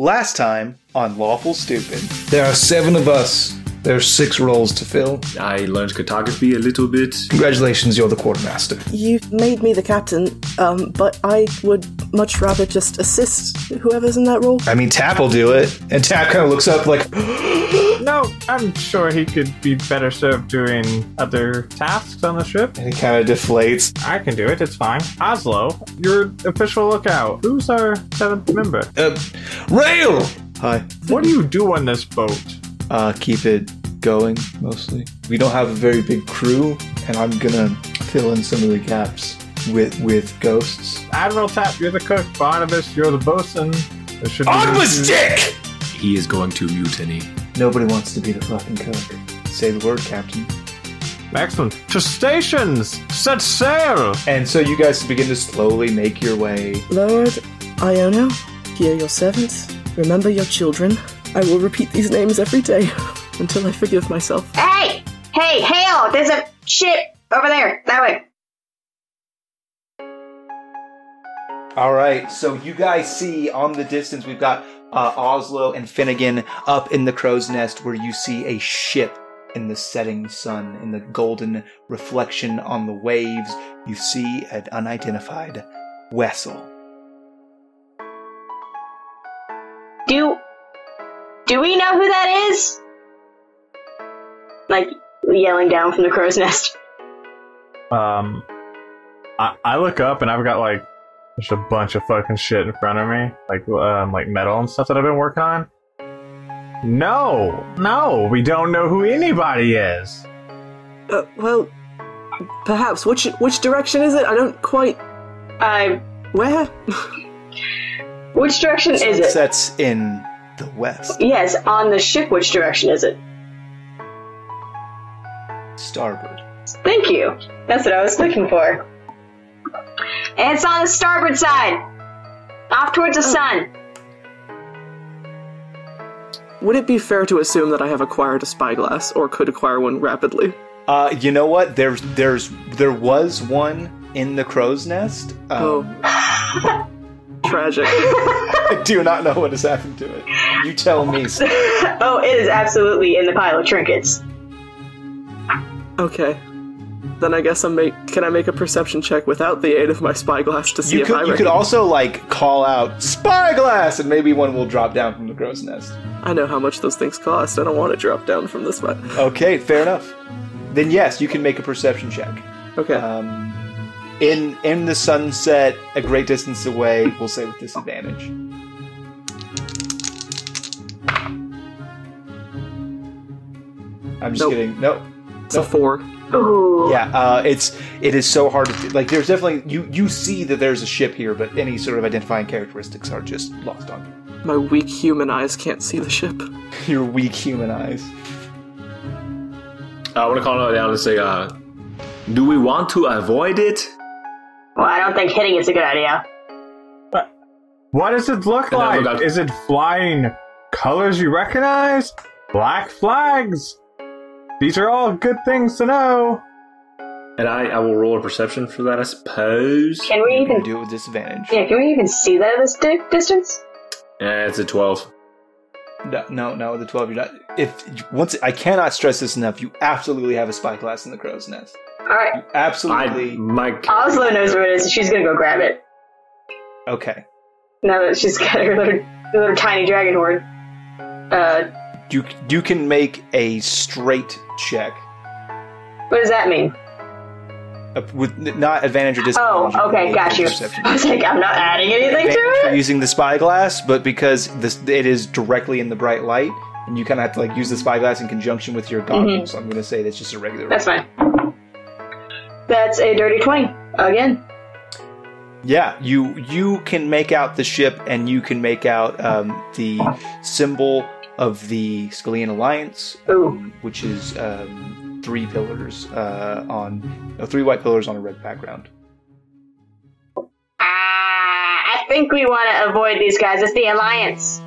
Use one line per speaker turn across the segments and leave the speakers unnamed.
Last time on Lawful Stupid.
There are seven of us. There are six roles to fill.
I learned cartography a little bit.
Congratulations, you're the quartermaster.
You've made me the captain, um, but I would much rather just assist whoever's in that role.
I mean, Tap will do it. And Tap kind of looks up like,
No, I'm sure he could be better served doing other tasks on the ship.
and he kind of deflates.
I can do it, it's fine. Oslo, your official lookout. Who's our seventh member?
Uh, rail! Hi.
What do you do on this boat?
Uh, keep it going, mostly. We don't have a very big crew, and I'm gonna fill in some of the gaps with with ghosts.
Admiral Tap, you're the cook. Barnabas, you're the bosun. There should be
dick!
He is going to mutiny.
Nobody wants to be the fucking cook. Say the word, Captain.
Excellent. To stations! Set sail!
And so you guys begin to slowly make your way
Lord Iono, hear your servants. Remember your children. I will repeat these names every day until I forgive myself.
Hey! Hey, hail! There's a ship over there. That way.
All right, so you guys see on the distance, we've got uh, Oslo and Finnegan up in the crow's nest where you see a ship in the setting sun, in the golden reflection on the waves. You see an unidentified vessel.
Do do we know who that is? Like yelling down from the crow's nest.
Um, I, I look up and I've got like just a bunch of fucking shit in front of me, like um, like metal and stuff that I've been working on. No, no, we don't know who anybody is.
Uh, well, perhaps. Which which direction is it? I don't quite.
Uh,
Where?
which direction is it?
Sets in the west,
Yes, on the ship. Which direction is it?
starboard.
Thank you. That's what I was looking for. And it's on the starboard side, off towards the sun.
Would it be fair to assume that I have acquired a spyglass or could acquire one rapidly?
Uh, you know what? There's, there's, there was one in the crow's nest. Um,
Oh. Tragic.
I do not know what has happened to it. You tell me.
Oh, it is absolutely in the pile of trinkets.
Okay. Then I guess I make. Can I make a perception check without the aid of my spyglass to see
You
if I?
could, you could
recognize-
also like call out spyglass and maybe one will drop down from the crow's nest.
I know how much those things cost. I don't want to drop down from this one.
Okay, fair enough. Then yes, you can make a perception check.
Okay.
Um, in in the sunset, a great distance away, we'll say with disadvantage. I'm just
Nope.
kidding. Nope.
it's a four.
Ooh.
Yeah, uh, it's it is so hard to like. There's definitely you you see that there's a ship here, but any sort of identifying characteristics are just lost on you.
My weak human eyes can't see the ship.
your weak human eyes.
I want to call it down and say, uh, do we want to avoid it?
Well, I don't think hitting is a good idea.
What does it look
And I
like?
look up-
Is it flying colors you recognize? Black flags. These are all good things to know.
And I, I will roll a perception for that, I suppose.
Can we
You
even?
do it with disadvantage.
Yeah, can we even see that at this di- distance?
Eh, it's a 12.
No, no, no. The twelve. You're not. If once I cannot stress this enough, you absolutely have a spyglass in the crow's nest.
All right,
Absolutely.
I, my,
uh,
Oslo knows where it is. and She's gonna go grab it
Okay.
now that she's got her little, her little tiny dragon horn. Uh,
You you can make a straight check
what does that mean?
uh, with not advantage or
Oh,
disadvantage. can
okay,
make
got
a
you.
perception.
I was like, I'm not adding anything to
Advantage for
it.
using the spyglass, but because this it is directly in the bright light, and you kind of have to like use the spyglass in conjunction with your goggles. I'm going to say that's just a regular.
Mm-hmm. That's fine. That's a dirty twenty again.
Yeah, you you can make out the ship, and you can make out um, the symbol of the Scalian Alliance,
Ooh,
um, which is um, three pillars uh, on no, three white pillars on a red background.
ah, I think we want to avoid these guys. It's the alliance.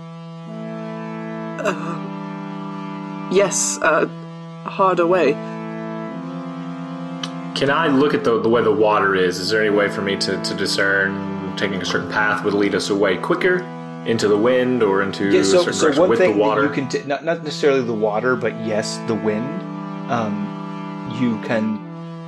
Yes, uh, hard away.
can I look at the, the way the water is? Is there any way for me to, to discern taking a certain path would lead us away quicker? into the wind or into
Yeah,
a
so,
certain
so
direction
one
with
thing
the
that
water.
you can t- not not necessarily the water, but yes, the wind. Um, you can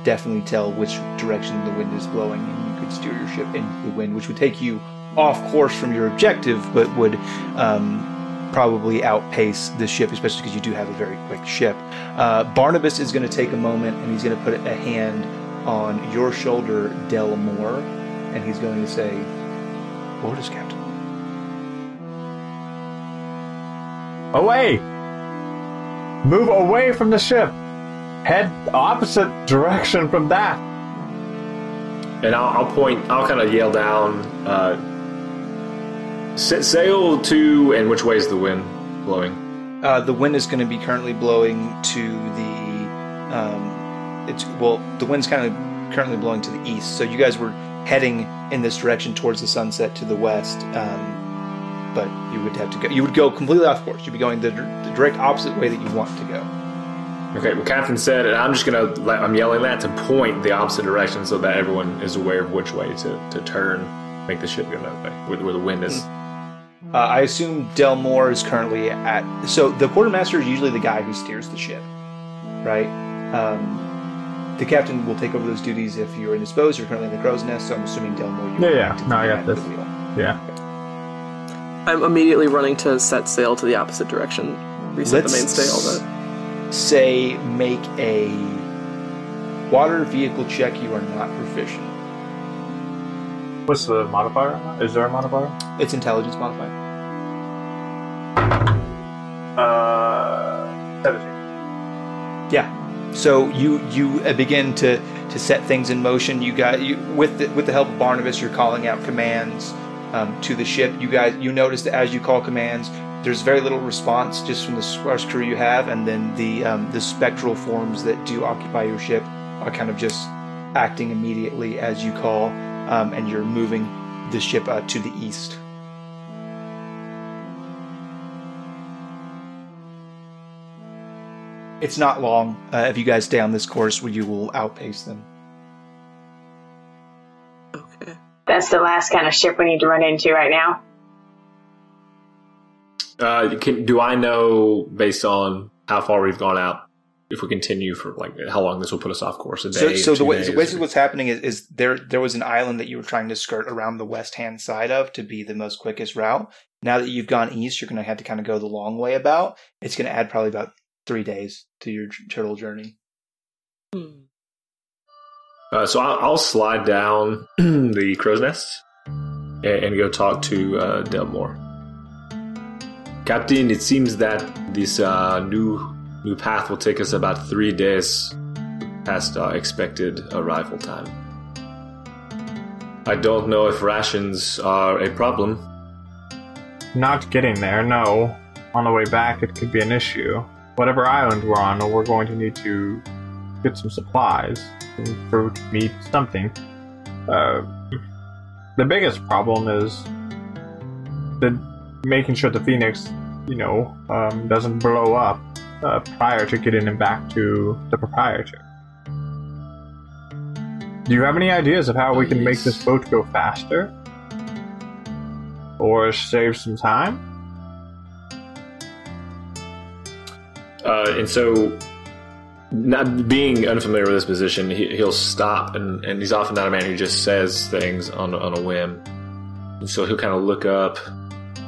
definitely tell which direction the wind is blowing, and you could steer your ship into the wind, which would take you off course from your objective, but would um, probably outpace the ship, especially because you do have a very quick ship. Uh, Barnabas is going to take a moment, and he's going to put a hand on your shoulder, Del Moore, and he's going to say, "Lord is captain."
Away! Oh, Move away from the ship! Head opposite direction from that!
and I'll, I'll point. I'll kind of yell down. Uh, set sail to, and which way is the wind blowing?
Uh, the wind is going to be currently blowing to the. Um, it's well, the wind's kind of currently blowing to the east. So you guys were heading in this direction towards the sunset to the west, um, but you would have to go. You would go completely off course. You'd be going the, dir- the direct opposite way that you want to go.
Okay, well, Captain said, and I'm just gonna. like, I'm yelling that to point the opposite direction so that everyone is aware of which way to, to turn, make the ship go that way, where, where the wind is.
Uh, I assume Del Moore is currently at. So the quartermaster is usually the guy who steers the ship, right? Um, the captain will take over those duties if you're indisposed. You're currently in the crow's nest, so I'm assuming Del Moore. You
Yeah, yeah.
to
No, I
be
got
at the
this.
wheel.
Yeah.
I'm immediately running to set sail to the opposite direction. Reset
Let's
the mainstay, all that.
Say, make a water vehicle check. You are not proficient.
What's the modifier? on that? Is there a modifier?
It's intelligence modifier.
Uh, 17.
So you you uh, begin to to set things in motion. You got you with the, with the help of Barnabas. You're calling out commands um, to the ship. You guys you notice that as you call commands, there's very little response just from the sparse crew you have, and then the um, the spectral forms that do occupy your ship are kind of just acting immediately as you call, um, and you're moving the ship uh, to the east. It's not long uh, if you guys stay on this course where you will outpace them.
Okay.
That's the last kind of ship we need to run into right now.
Uh, can, do I know based on how far we've gone out if we continue for like how long this will put us off course? A day,
So, so
two
the way,
days,
so basically, what's happening is, is there there was an island that you were trying to skirt around the west hand side of to be the most quickest route. Now that you've gone east, you're going to have to kind of go the long way about. It's going to add probably about three days to your j- turtle journey.
Hmm.
Uh, so I'll, I'll slide down the crow's nest and, and go talk to uh, Delmore. Captain, it seems that this uh, new new path will take us about three days past our expected arrival time. I don't know if rations are a problem.
Not getting there, no. On the way back, it could be an issue. Whatever island we're on, we're going to need to get some supplies some fruit, meat, something. Uh, the biggest problem is the making sure the Phoenix, you know, um, doesn't blow up uh, prior to getting him back to the proprietor. Do you have any ideas of how we can make this boat go faster? Or save some time?
Uh, and so, not being unfamiliar with his position, he, he'll stop, and, and he's often not a man who just says things on, on a whim. And so he'll kind of look up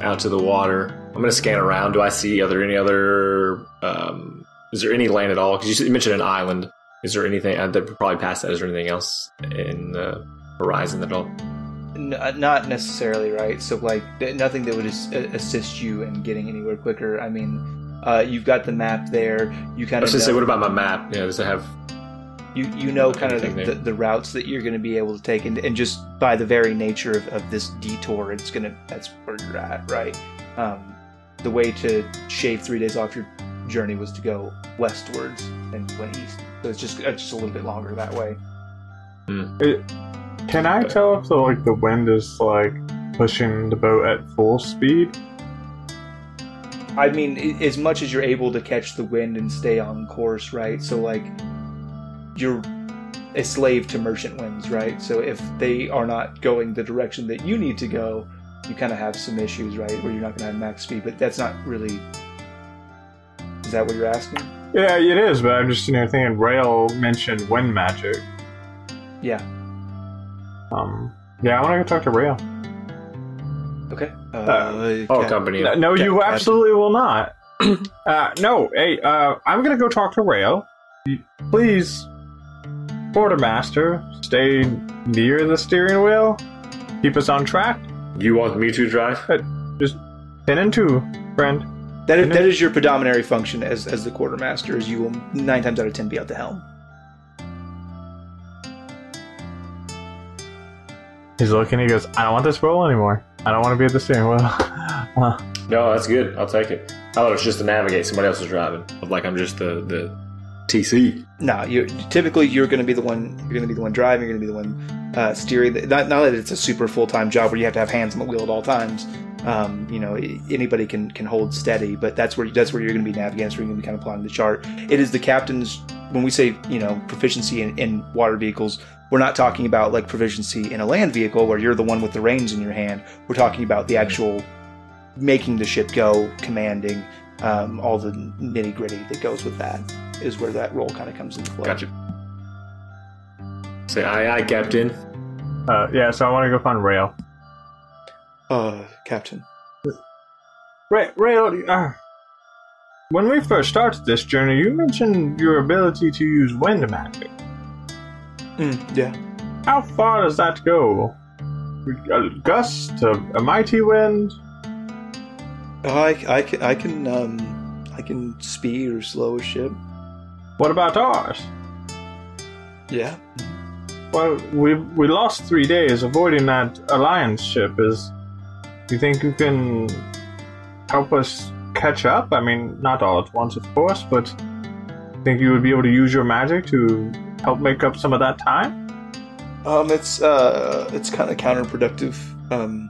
out to the water. I'm going to scan around. Do I see? Are there any other? Um, is there any land at all? Because you mentioned an island. Is there anything? I'd probably pass that. Is there anything else in the horizon at all?
N- uh, not necessarily, right? So like th- nothing that would as- a- assist you in getting anywhere quicker. I mean, uh, you've got the map there. You
I
kind
was
of
going to say,
know-
what about my map? Yeah, does it have?
you you know kind of
Anything
the,
there.
the, the routes that you're going to be able to take and, and just by the very nature of, of this detour it's going to that's where you're at right um, the way to shave three days off your journey was to go westwards and you went east so it's just it's just a little bit longer that way
Can I tell if the like the wind is like pushing the boat at full speed?
i mean i- as much as you're able to catch the wind and stay on course right so like you're a slave to merchant winds right so if they are not going the direction that you need to go you kind of have some issues, right, where you're not going to have max speed, but that's not really. Is that what you're asking?
Yeah, it is, but I'm just you know thinking. Rail mentioned wind magic.
Yeah.
Um. Yeah, I want to go talk to Rail.
Okay. Uh,
Oh,
okay.
company.
No, no, you
Yeah,
absolutely will not. uh, no, hey, uh, I'm gonna go talk to Rayo. Y- Please, quartermaster, stay near the steering wheel. Keep us on track.
You want me to drive?
Ten and two, friend.
That is,
And
that is your predominary function as, as the quartermaster, is you will nine times out of ten be at the helm.
He's looking. He goes, I don't want this role anymore. I don't want to be at the steering wheel. Uh,
No, that's good. I'll take it. I thought it was just to navigate. Somebody else is driving. Like I'm just the the TC.
No, you typically you're going to be the one you're going to be the one driving. You're going to be the one uh, steering. Not, not that it's a super full time job where you have to have hands on the wheel at all times. Um, you know, i- anybody can can hold steady, but that's where that's where you're going to be navigating. So you're going to be kind of plotting the chart. It is the captain's. When we say you know proficiency in, in water vehicles, we're not talking about like proficiency in a land vehicle where you're the one with the reins in your hand. We're talking about the actual making the ship go, commanding, um, all the nitty gritty that goes with that is where that role kind of comes into play.
Gotcha. Say aye, aye, Captain.
uh, yeah, so I want to go find Rail.
Uh, Captain.
Ray, Ray, uh, when we first started this journey, you mentioned your ability to use wind magic.
Mm, yeah.
How far does that go? A gust, a, a mighty wind?
Oh, I, I can, I can, um, I can speed or slow a ship.
What about ours?
Yeah.
Well, we we lost three days avoiding that alliance ship. Is you think you can help us catch up? I mean, not all at once, of course, but think you would be able to use your magic to help make up some of that time?
Um, it's, uh, it's kind of counterproductive. Um,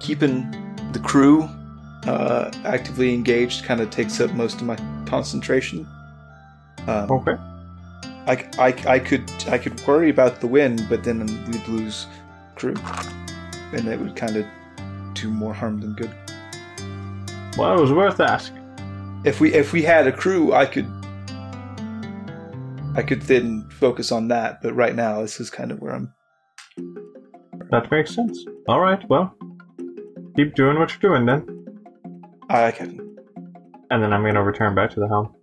keeping the crew, uh, actively engaged kind of takes up most of my concentration. Um,
Okay.
I, I, I could I could worry about the wind, but then we'd lose crew, and it would kind of do more harm than good.
Well, it was worth asking.
If we if we had a crew, I could I could then focus on that. But right now, this is kind of where I'm.
That makes sense. All right. Well, keep doing what you're doing then,
I can.
and then I'm gonna return back to the helm.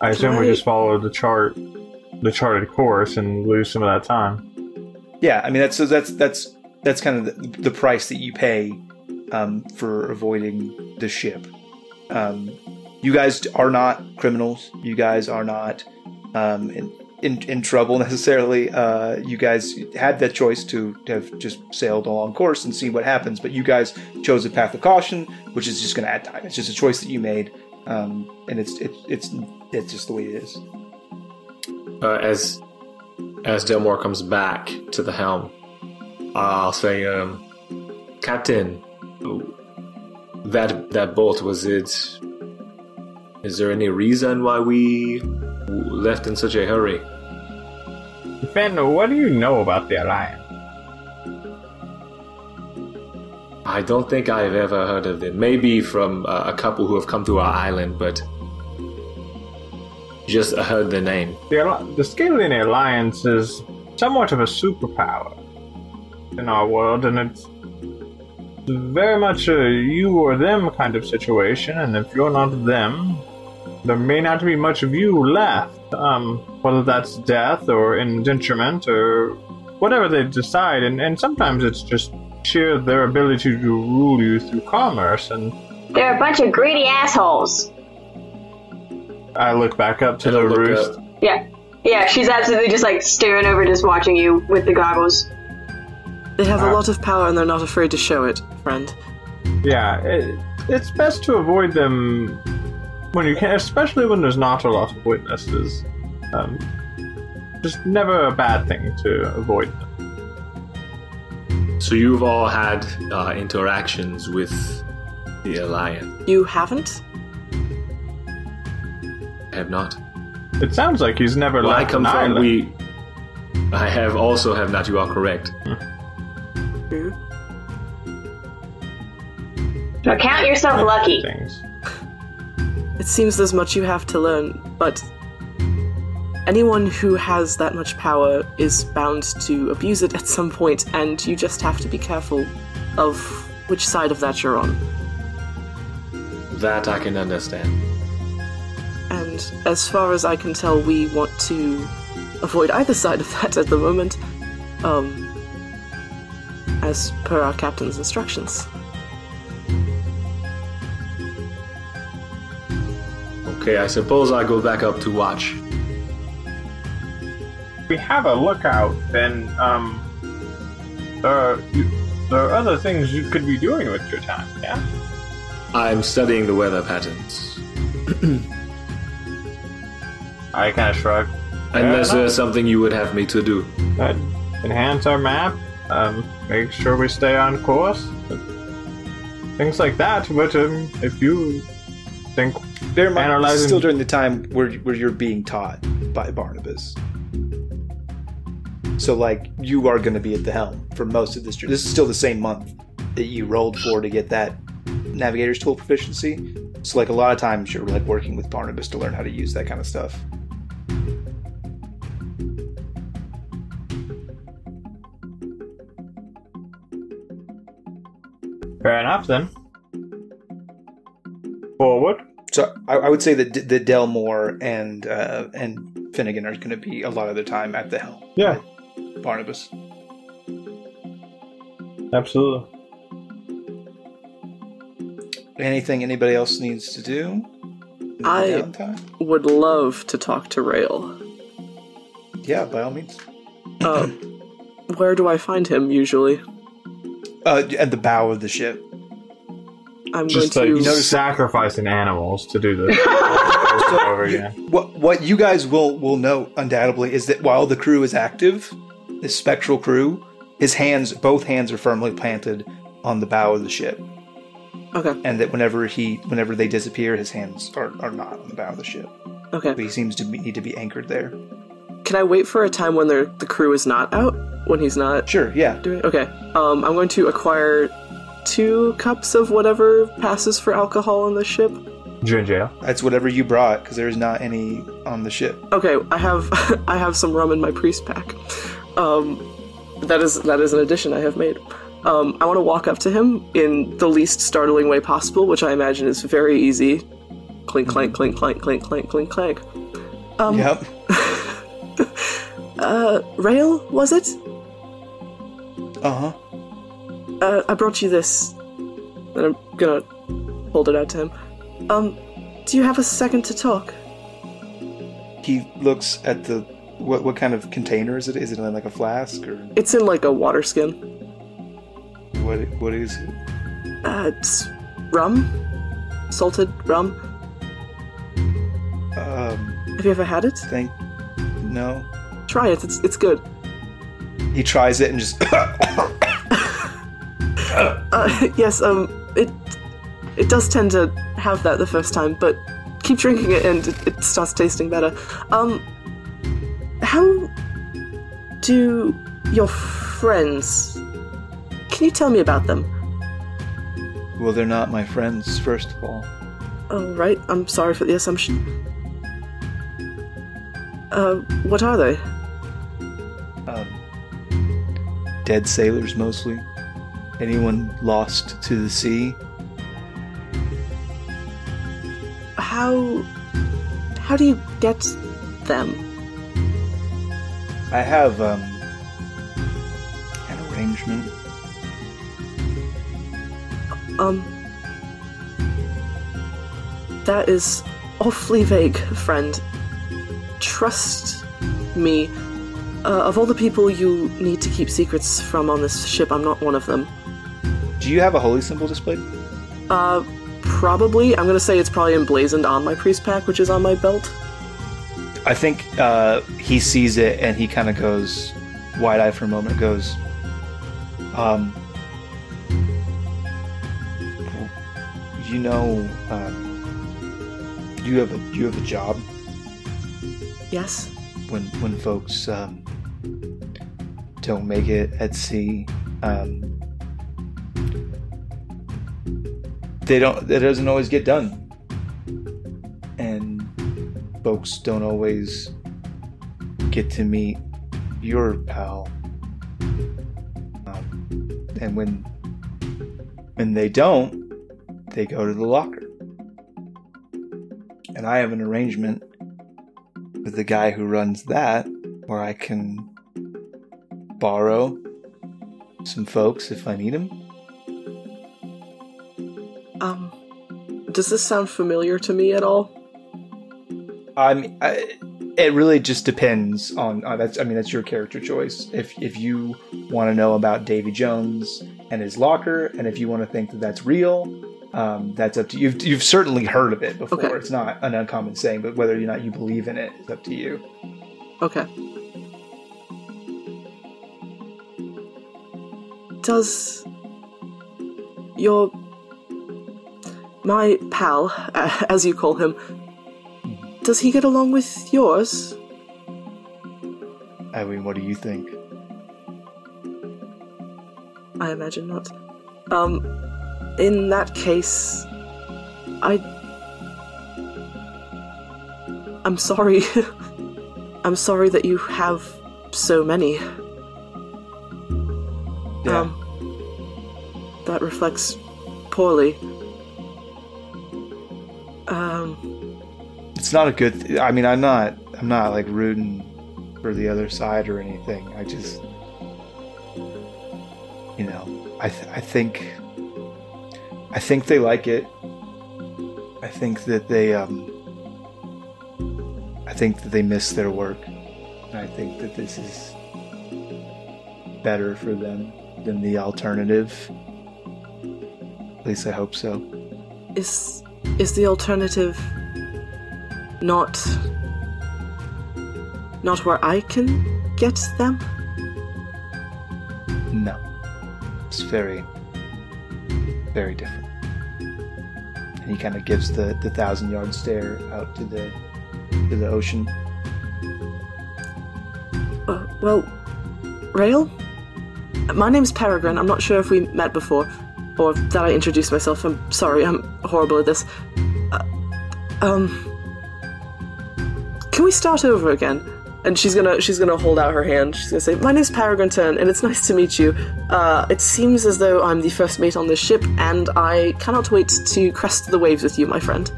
I assume we
Right.
just follow the chart, the charted course, and lose some of that time.
Yeah, I mean that's so that's that's that's kind of the, the price that you pay um, for avoiding the ship. Um, you guys are not criminals. You guys are not um, in, in in trouble necessarily. Uh, you guys had that choice to have just sailed along course and see what happens, but you guys chose a path of caution, which is just going to add time. It's just a choice that you made, um, and it's it's it's it's just the way it is.
Uh, as as Delmore comes back to the helm, I'll say, um, Captain, that that boat was it. Is there any reason why we left in such a hurry?
Finn, what do you know about the alliance?
I don't think I've ever heard of them. Maybe from uh, a couple who have come to our island, but just heard the name.
The, Al- the Scalian alliance is somewhat of a superpower in our world, and it's very much a you or them kind of situation. And if you're not them, there may not be much of you left. Um, whether that's death or indenturement or whatever they decide, and, and sometimes it's just sheer their ability to rule you through commerce. And
They're a bunch of greedy assholes.
I look back up to
And I
the
look uh,
roost.
up.
Yeah. Yeah, she's absolutely just like staring over, just watching you with the goggles.
They have
Ah.
a lot of power and they're not afraid to show it, friend.
Yeah, it, it's best to avoid them when you can, especially when there's not a lot of witnesses. Um, just never a bad thing to avoid them.
So you've all had uh, interactions with the alliance.
You haven't?
I have not.
It sounds like he's never
Where I
left
come
an
from,
island.
we. I have also have not. You are correct.
Now count yourself lucky.
Things.
It seems there's much you have to learn, but anyone who has that much power is bound to abuse it at some point, and you just have to be careful of which side of that you're on.
That I can understand.
And as far as I can tell, we want to avoid either side of that at the moment, um, as per our captain's instructions.
Okay, I suppose I go back up to watch.
we have a lookout, then um, there are, you, there are other things you could be doing with your time. Yeah.
I'm studying the weather patterns.
I kind of shrug.
Unless
enough.
there's something you would have me to do.
That enhance our map. Um, make sure we stay on course. Things like that. But um, if you think
Bear in mind, this
Analyzing-
is still during the time where where you're being taught by Barnabas. So like you are going to be at the helm for most of this journey. This is still the same month that you rolled for to get that navigator's tool proficiency. So like a lot of times you're like working with Barnabas to learn how to use that kind of stuff.
fair enough, then forward.
So I, I would say that D- that Delmore and uh, and Finnegan are going to be a lot of the time at the helm.
Yeah,
Barnabas.
absolutely.
Anything anybody else needs to do? in the
I-
downtime?
Would love to talk to Rail.
Yeah, by all means.
Uh, where do I find him usually?
Uh, at the bow of the ship.
I'm
Just like
going to.
sacrificing animals to do this over again.
What what you guys will will note undoubtedly is that while the crew is active, the spectral crew, his hands both hands are firmly planted on the bow of the ship,
okay,
and that whenever he whenever they disappear, his hands are, are not on the bow of the ship. But
okay.
he seems to be, need to be anchored there.
Can I wait for a time when the the crew is not out? When he's not
Sure, yeah.
doing? Okay. Um, I'm going to acquire two cups of whatever passes for alcohol on the ship.
June jail.
That's whatever you brought because there is not any on the ship.
Okay, I have I have some rum in my priest pack. Um, that is that is an addition I have made. Um, I want to walk up to him in the least startling way possible, which I imagine is very easy. Clink, clank, clink, clank, clink, clank, clink, clank. Um,
Yep.
Uh, Rail, was it?
Uh huh.
Uh, I brought you this. And I'm gonna hold it out to him. Um, do you have a second to talk?
He looks at the what what kind of container is it? Is it in like a flask or
It's in like a water skin.
what? What is it?
Uh, it's rum? Salted rum?
Um,
Have you ever had it?
think no.
Try it, it's, it's good.
He tries it and just
Uh, yes, um, it it does tend to have that the first time, but keep drinking it and it, it starts tasting better. Um, how do your friends? Can you tell me about them?
Well, they're not my friends, first of all.
Oh, right. I'm sorry for the assumption. Uh, what are they?
Um, dead sailors mostly. Anyone lost to the sea.
How how do you get them?
I have um, an arrangement.
Um, that is awfully vague, friend. Trust me. Uh, of all the people you need to keep secrets from on this ship, I'm not one of them.
Do you have a holy symbol displayed?
Uh, probably. I'm gonna say it's probably emblazoned on my priest pack, which is on my belt.
I think uh, he sees it and he kind of goes wide eyed for a moment. Goes, um, you know, um, you have a you have a job.
Yes?
when when folks um, don't make it at sea. Um, they don't. That doesn't always get done, and folks don't always get to meet your pal. Um, and when when they don't, they go to the locker. And I have an arrangement with the guy who runs that, where I can borrow some folks if I need them.
Um, does this sound familiar to me at all?
I'm. I, it really just depends on. Uh, that's. I mean, that's your character choice. If if you want to know about Davy Jones and his locker, and if you want to think that that's real. Um, that's up to you. You've, you've certainly heard of it before.
Okay.
It's not an uncommon saying, but whether or not you believe in it is up to you.
Okay. Does your my pal, uh, as you call him, does he get along with yours?
I mean, what do you think?
I imagine not. Um, in that case, I. I'm sorry. I'm sorry that you have so many.
Yeah.
Um, that reflects poorly. Um,
it's not a good th- i mean i'm not i'm not like rooting for the other side or anything i just you know i th- i think i think they like it i think that they um i think that they miss their work and i think that this is better for them than the alternative at least i hope so
is is the alternative not not where I can get them?
No. It's very, very different. And he kind of gives the, the thousand yard stare out to the to the ocean.
Uh, well, Rail? My name's Peregrine. I'm not sure if we met before or that I introduced myself. I'm sorry, I'm horrible at this. Uh, um. Can we start over again? And she's gonna she's gonna hold out her hand. She's gonna say, "My name's Peregrine Turn, and it's nice to meet you. Uh, it seems as though I'm the first mate on this ship, and I cannot wait to crest the waves with you, my friend."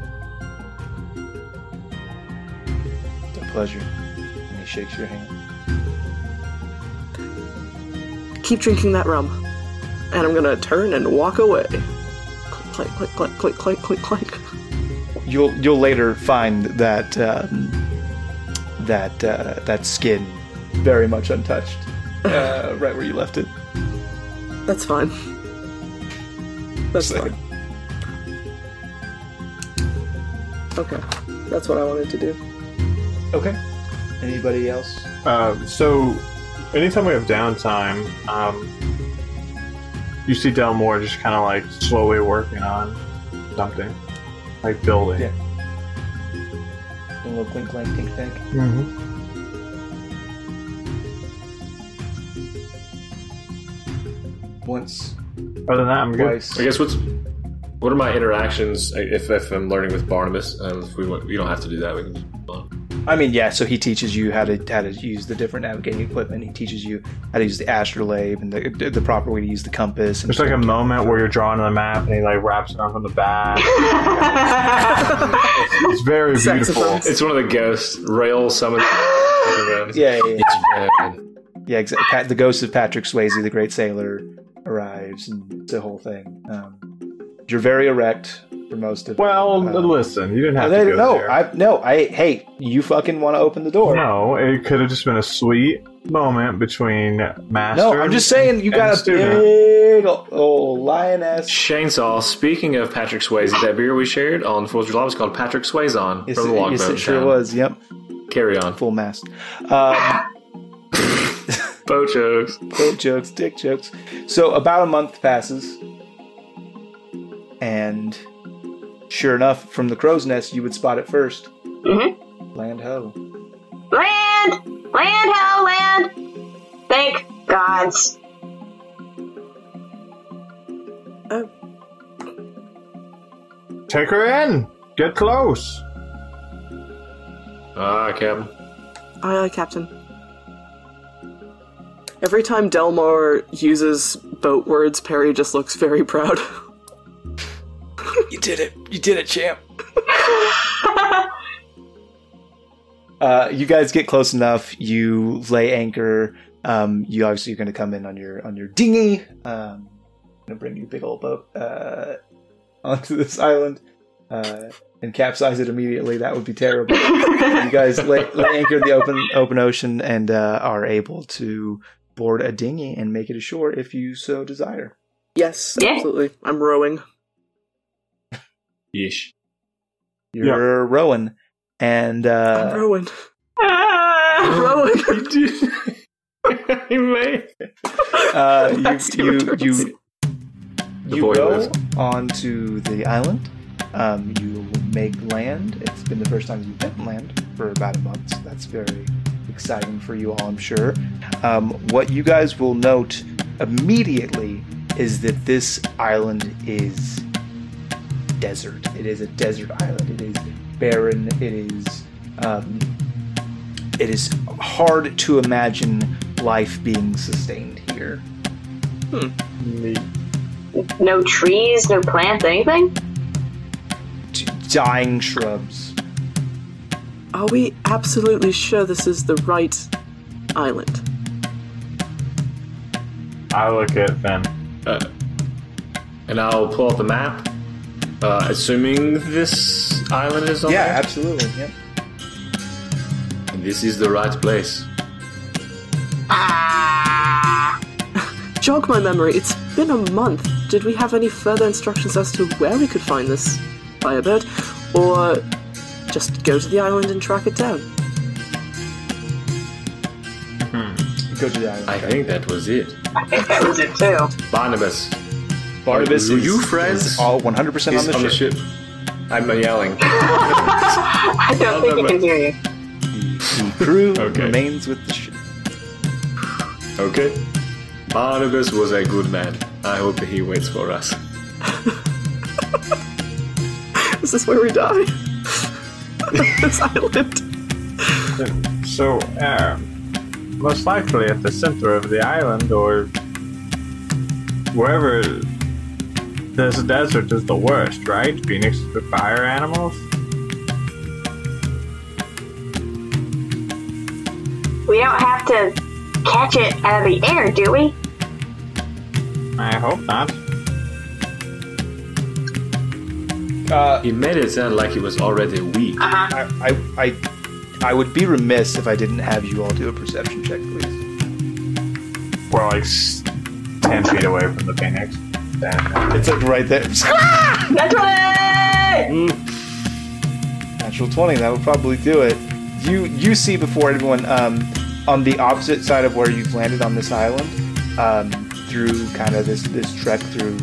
It's a pleasure. And he shakes your hand.
keep drinking that rum. And I'm gonna turn and walk away. Click, click, click, click, click, click, click, click.
You'll you'll later find that um, that uh, that skin very much untouched, uh, right where you left it.
That's fine. That's
Sick.
fine. Okay. That's what I wanted to do.
Okay. Anybody else?
Uh, so, anytime we have downtime, um, you see Delmore just kind of like slowly working on something, like building.
Yeah. A little clink, clank, tink, tink.
Mm-hmm.
Once,
Other than that, I'm good.
twice.
I guess what's what are my interactions if, if I'm learning with Barnabas? Um, if we want, you don't have to do that. We can. Just,
I mean, yeah. So he teaches you how to how to use the different navigating equipment. He teaches you how to use the astrolabe and the, the proper way to use the compass. And
There's like a moment where you're drawing on the map and he like wraps it up on the back. it's very beautiful.
Saxophones.
it's one of the ghosts. Rail summons.
yeah, yeah, yeah.
It's bad.
yeah exactly. Pat, the ghost of Patrick Swayze, the great sailor, arrives, and it's a whole thing. Um, you're very erect for most of. it.
Well,
Uh,
listen, you didn't have
they-
to go
no,
there.
I no, I hey, you fucking want to open the door?
no, it could have just been a sweet moment between master.
No, I'm just saying you
and
got a
student.
big ol- old lioness.
Chainsaw. Speaking of Patrick Swayze, that beer we shared on Fourth of July was called Patrick Swayzon
Yes,
from the
it-
Logboat.
yes, it sure
Town.
was. Yep,
Carry on.
full mast. Um,
Boat jokes.
boat jokes, dick jokes. So about a month passes, and sure enough, from the crow's nest, you would spot it 1st
Mhm.
Land ho!
Land! Land, hello, land! Thank gods.
Take her in. Get close.
Ah, Captain.
Aye, aye, Captain. Every time Delmar uses boat words, Perry just looks very proud.
You did it. You did it, champ. uh, you guys get close enough. You lay anchor. Um, you obviously are going to come in on your on your dinghy. Um, going to bring your big old boat uh, onto this island uh, and capsize it immediately. That would be terrible. you guys lay, lay anchor in the open open ocean and uh, are able to board a dinghy and make it ashore if you so desire.
yes,
Yeah.
absolutely. I'm rowing.
Yeesh.
You're rowing, and
I'm
uh,
rowing.
Ah.
rowing.
You did. you made it.
uh,
That's
you you
terrible.
you
The
you
boy
go
lives.
onto the island. Um, you make land. It's been the first time you've been on land for about a month. So that's very exciting for you all, I'm sure. Um, what you guys will note immediately is that this island is desert. It is a desert island. It is barren. It is um, it is hard to imagine life being sustained here.
No trees, no plants, anything?
D- dying shrubs.
Are we absolutely sure this is the right island?
I look at Finn.
Uh, and I'll pull up the map. Uh, assuming this island is on there?
absolutely. Yep.
This is the right place.
Ah,
Jog my memory. It's been a month. Did we have any further instructions as to where we could find this firebird, or just go to the island and track it down?
Go to the island.
I think that was it.
I think that was it too.
Barnabas
Barnabas
Were
is-
you friends?
is all 100%
is
on the ship.
I'm uh, yelling.
I don't think I can hear you.
The crew
Okay.
remains with the ship.
okay. Barnabas was a good man. I hope he waits for us.
Is this where we die? this island.
So, um, most likely at the center of the island or wherever this desert is the worst, right? Phoenix is the fire animals?
We don't have to catch it out of the air, do we?
I hope not.
Uh, He made it sound like he was already weak.
I, I, I, I would be remiss if I didn't have you all do a perception check, please.
We're like s- 10 feet away from the Phoenix. Damn.
It's like right there.
That's right!
Natural 20, that would probably do it. You you see before everyone um, on the opposite side of where you've landed on this island, um, through kind of this, this trek through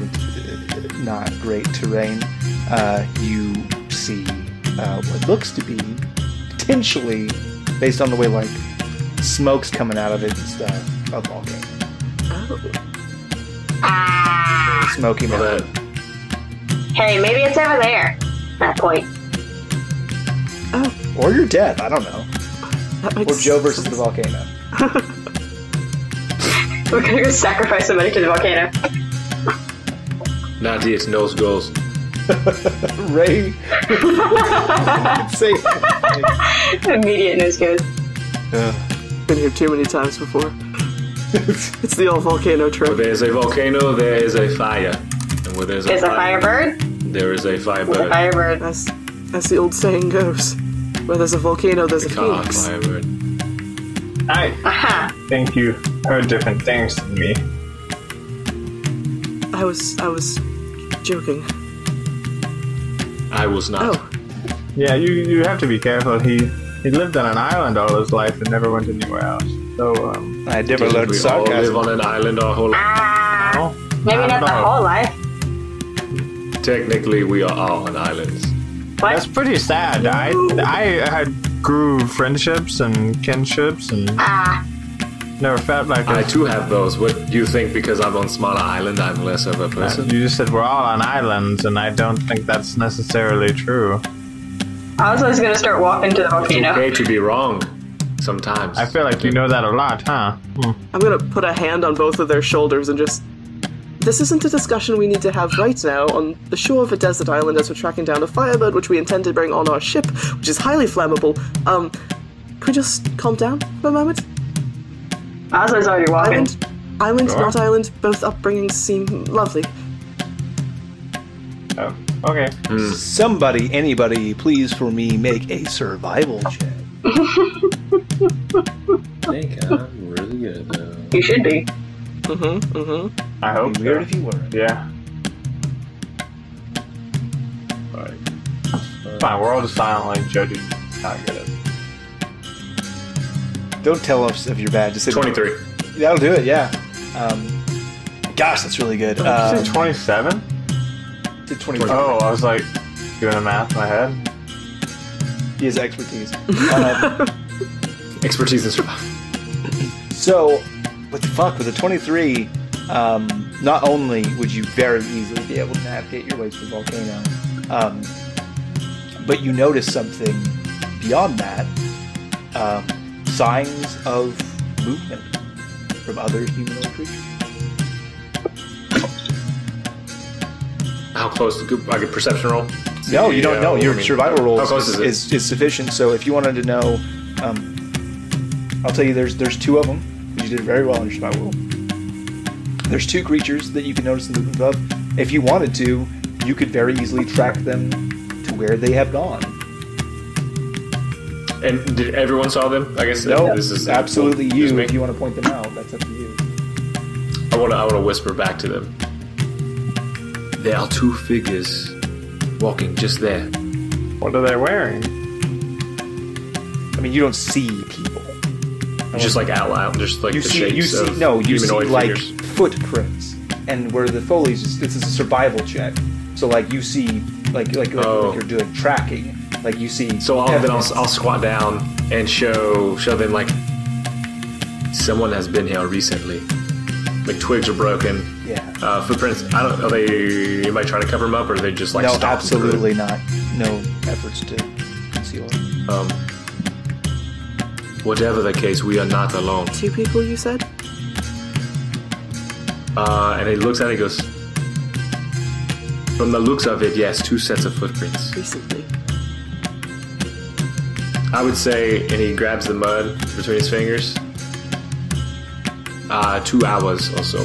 uh, not great terrain, uh, you see uh, what looks to be potentially, based on the way like smoke's coming out of it and stuff, a volcano.
Oh,
Smoking
Well,
out.
that-
Ah, Hey, maybe it's over there. That point.
Or your death, I don't know.
That makes
Or Joe versus the volcano.
We're gonna go sacrifice somebody to the volcano.
not it, nose goals.
Ray. Say
Immediate news goes.
Been here too many times before. it's the old volcano
Where
trip.
there's a volcano, there is a fire. And where there's a,
There's a firebird.
there is a
There's a
firebird.
firebird.
As as the old saying goes, where there's a volcano, there's a
Car
phoenix.
firebird.
I
Aha!
think you heard different things than me.
I was I was joking.
I was not.
Oh,
Yeah, you, you have to be careful. He he lived on an island all his life and never went anywhere else. So, um,
I never
Didn't
learned
we all live
sarcasm.
on an island our whole
Ah!
well,
Maybe
I don't
not the
know.
whole life.
Technically, we are all on islands.
That's
What?
pretty sad. I I had grew friendships and kinships and
Ah,
never felt like
I
a
too have those. What do you think? Because I'm on smaller island, I'm less of a person.
You just said we're all on islands, and I don't think that's necessarily true.
Oslo's gonna start walking to the
It's
volcano.
okay to be wrong sometimes.
I feel like you know that a lot, huh? Hmm.
I'm gonna put a hand on both of their shoulders and just. This isn't a discussion we need to have right now on the shore of a desert island as we're tracking down a firebird which we intend to bring on our ship, which is highly flammable. Um, can we just calm down for a moment?
Oslo's already walking.
Island, island,
Sure.
not island, both upbringings seem lovely.
Oh, okay.
Somebody, anybody, please for me make a survival check.
I think I'm really good at those.
You should be.
Mm-hmm, mm-hmm.
I hope
Be weird
so.
if you weren't.
Yeah. Fine, we're all just silent like Jody's not good at it.
Don't tell us if you're bad. Just say
23.
That'll do it. Yeah. Um, gosh, that's really good. Uh,
27?
did 23.
Oh, I was like doing the math in my head.
He has expertise. Um,
Expertise in survival.
so, what the fuck with a 23? Um, not only would you very easily be able to navigate your way to the volcano, um, but you notice something beyond that: um, signs of movement from other humanoid creatures.
How close to good? Like a perception roll?
No, you
Yeah,
don't know.
I
Your
mean,
survival roll
How
is,
close is
is,
it?
is, sufficient. So if you wanted to know, um, I'll tell you. There's there's two of them. You did very well on your survival roll. There's two creatures that you can notice in the movement of. If you wanted to, you could very easily track them to where they have gone.
And did everyone saw them? I guess
No,
this is
absolutely
just
you.
me.
If you want to point them out, that's up to you.
I want to. I want to whisper back to them. There are two figures walking just there.
What are they wearing?
I mean, you don't see people.
Just like out loud, just like
You
the
see,
shapes
you see,
of
no, you see
humanoid
like
figures.
footprints, and where the foliage is. This is a survival check, so like you see, like like like,
Oh.
like you're doing tracking, like you see.
So I'll, then I'll,
evidence.
I'll squat down and show show them like someone has been here recently. Like twigs are broken,
yeah.
uh, footprints. I don't. Are they? Anybody trying to cover them up, or are they just like?
no,
stomping
absolutely not. No efforts to conceal it.
through? Um, whatever the case, we are not alone.
Two people, you said?
Uh, and he looks at it and goes, From the looks of it, yes, two sets of footprints.
Recently.
I would say, and he grabs the mud between his fingers. Uh, two hours or so.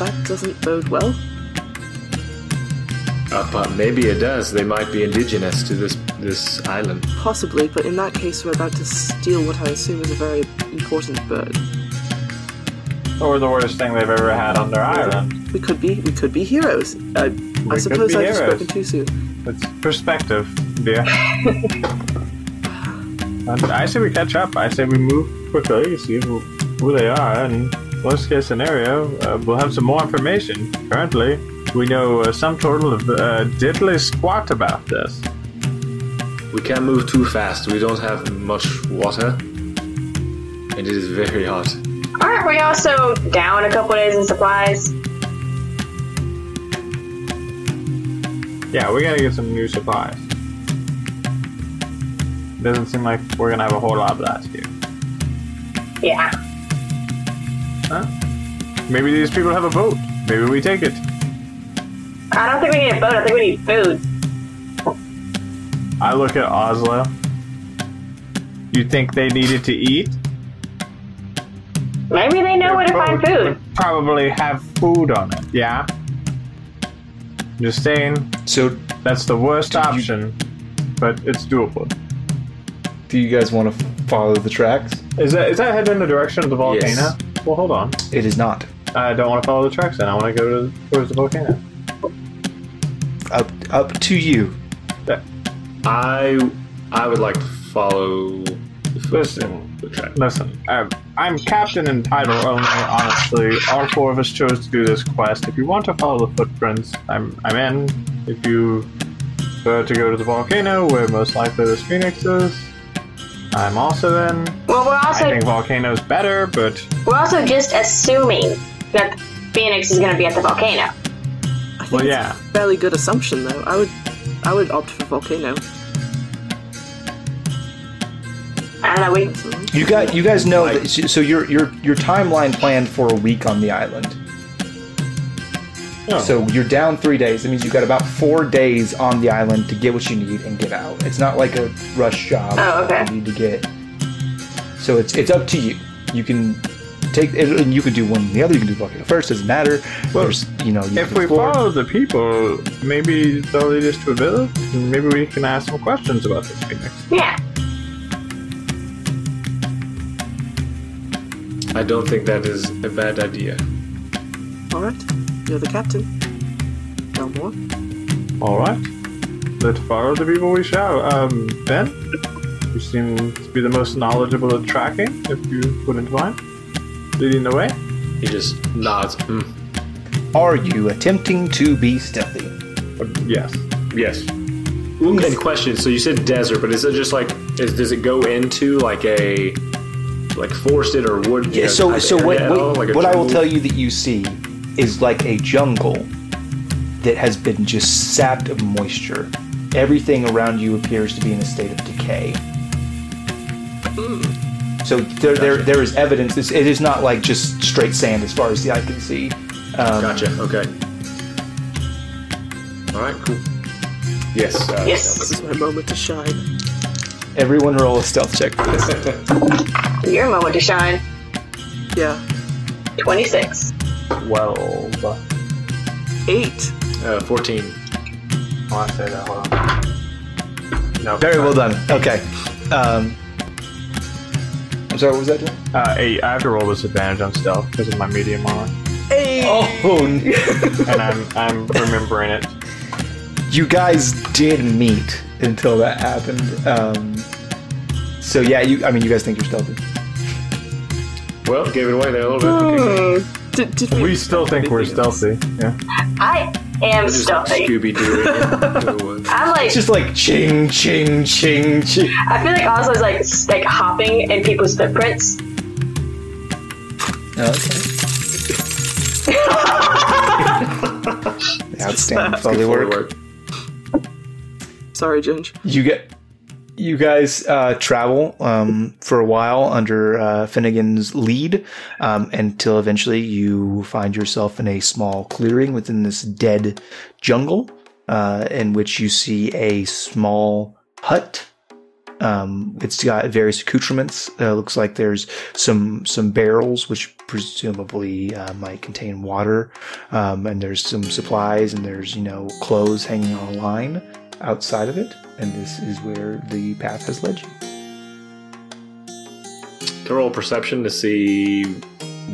That doesn't bode well.
Uh, but maybe it does. They might be indigenous to this this island.
Possibly, but in that case, we're about to steal what I assume is a very important bird.
Or the worst thing they've ever had on their island.
We could be, we could be heroes. I, I
could
suppose
be
I've
heroes.
spoken too soon.
It's perspective, dear. And I say we catch up. I say we move quickly, see who, who they are, and worst case scenario, uh, we'll have some more information. Currently, we know uh, some total of uh, diddly squat about this.
We can't move too fast. We don't have much water. And it is very hot.
Aren't we also down a couple days in supplies?
Yeah, we gotta get some new supplies. Doesn't seem like we're gonna have a whole lot of that here.
Yeah.
Huh? Maybe these people have a boat. Maybe we take it.
I don't think we need a boat. I think we need food.
I look at Oslo. You think they needed to eat?
Maybe they know where to
Their
find
boat
food.
would Probably have food on it. Yeah. Just saying,
So,
that's the worst option, but it's doable.
do you guys want to follow the tracks?
Is that is that headed in the direction of the volcano?
Yes.
Well, hold on.
It is not.
I don't want to follow the tracks, then I want to go to, towards the volcano.
Up up to you.
I I would like to follow the foot-
Listen.
the track.
Listen, uh, I'm captain and title only, honestly. All four of us chose to do this quest. If you want to follow the footprints, I'm, I'm in. If you So to go to the volcano, where most likely this phoenix is. I'm also then.
Well, we're
I
also
think volcano's better, but
we're also just assuming that Phoenix is going to be at the volcano.
I think
well,
it's
yeah.
a fairly good assumption though. I would, I would opt for volcano.
I don't know. We
You got you guys know that, so so your your your timeline planned for a week on the island.
Oh.
So you're down three days. That means you've got about four days on the island to get what you need and get out. It's not like a rush job.
Oh, okay.
You need to get. So it's it's up to you. You can take it, and you can do one and the other. You can do volcano first. Doesn't matter.
Well,
There's, you know, you
If
can
we
explore.
follow the people, maybe they'll lead us to a village, and maybe we can ask some questions about this phoenix.
yeah.
I don't think that is a bad idea.
All right, you're the captain. No more.
All right. Let's follow the people we shall. Um, Ben, you seem to be the most knowledgeable at tracking, if you wouldn't mind leading the way.
He just nods. "Mm,
Are you attempting to be stealthy?
Uh, yes.
Yes. And question. So you said desert, but is it just like? Is, does it go into like a like forested or wood? you
Yeah,
know,
so
type
so what
area at all,
what,
like a
what I will
jungle?
tell you that you see is like a jungle that has been just sapped of moisture. Everything around you appears to be in a state of decay.
Hmm.
So there, there, there is evidence. It's, it is not like just straight sand, as far as the eye can see.
Gotcha. Okay. All right. Cool. Yes. Uh,
Yes.
It's my moment to shine.
Everyone, roll a stealth check for this.
Your moment to shine.
Yeah,
Twenty six.
Twelve. Oh,
eight.
Uh, Fourteen.
Oh, I say that. Hold on. No.
Very well done. Okay. Um, I'm sorry. What was that? Dylan?
Uh, eight. I have to roll disadvantage on stealth because of my medium armor,
Hey.
Oh, n-
and I'm I'm remembering it.
you guys did meet until that happened. Um, so yeah, you. I mean, you guys think you're stealthy.
Well, gave it away there a little bit. Okay.
Did, did we?
We still think we're stealthy. Yeah.
I am stealthy.
Scooby Doo.
I'm like
It's just like ching, ching, ching, ching.
I feel like Oslo's like s- like hopping in people's footprints.
Oh, Outstanding foley work.
Sorry, Ginge.
You get, you guys uh, travel um, for a while under uh, Finnegan's lead um, until eventually you find yourself in a small clearing within this dead jungle, uh, in which you see a small hut. Um, it's got various accoutrements. Uh, looks like there's some some barrels, which presumably uh, might contain water, um, and there's some supplies, and there's you know clothes hanging on a line outside of it, and this is where the path has led you.
Can I roll perception to see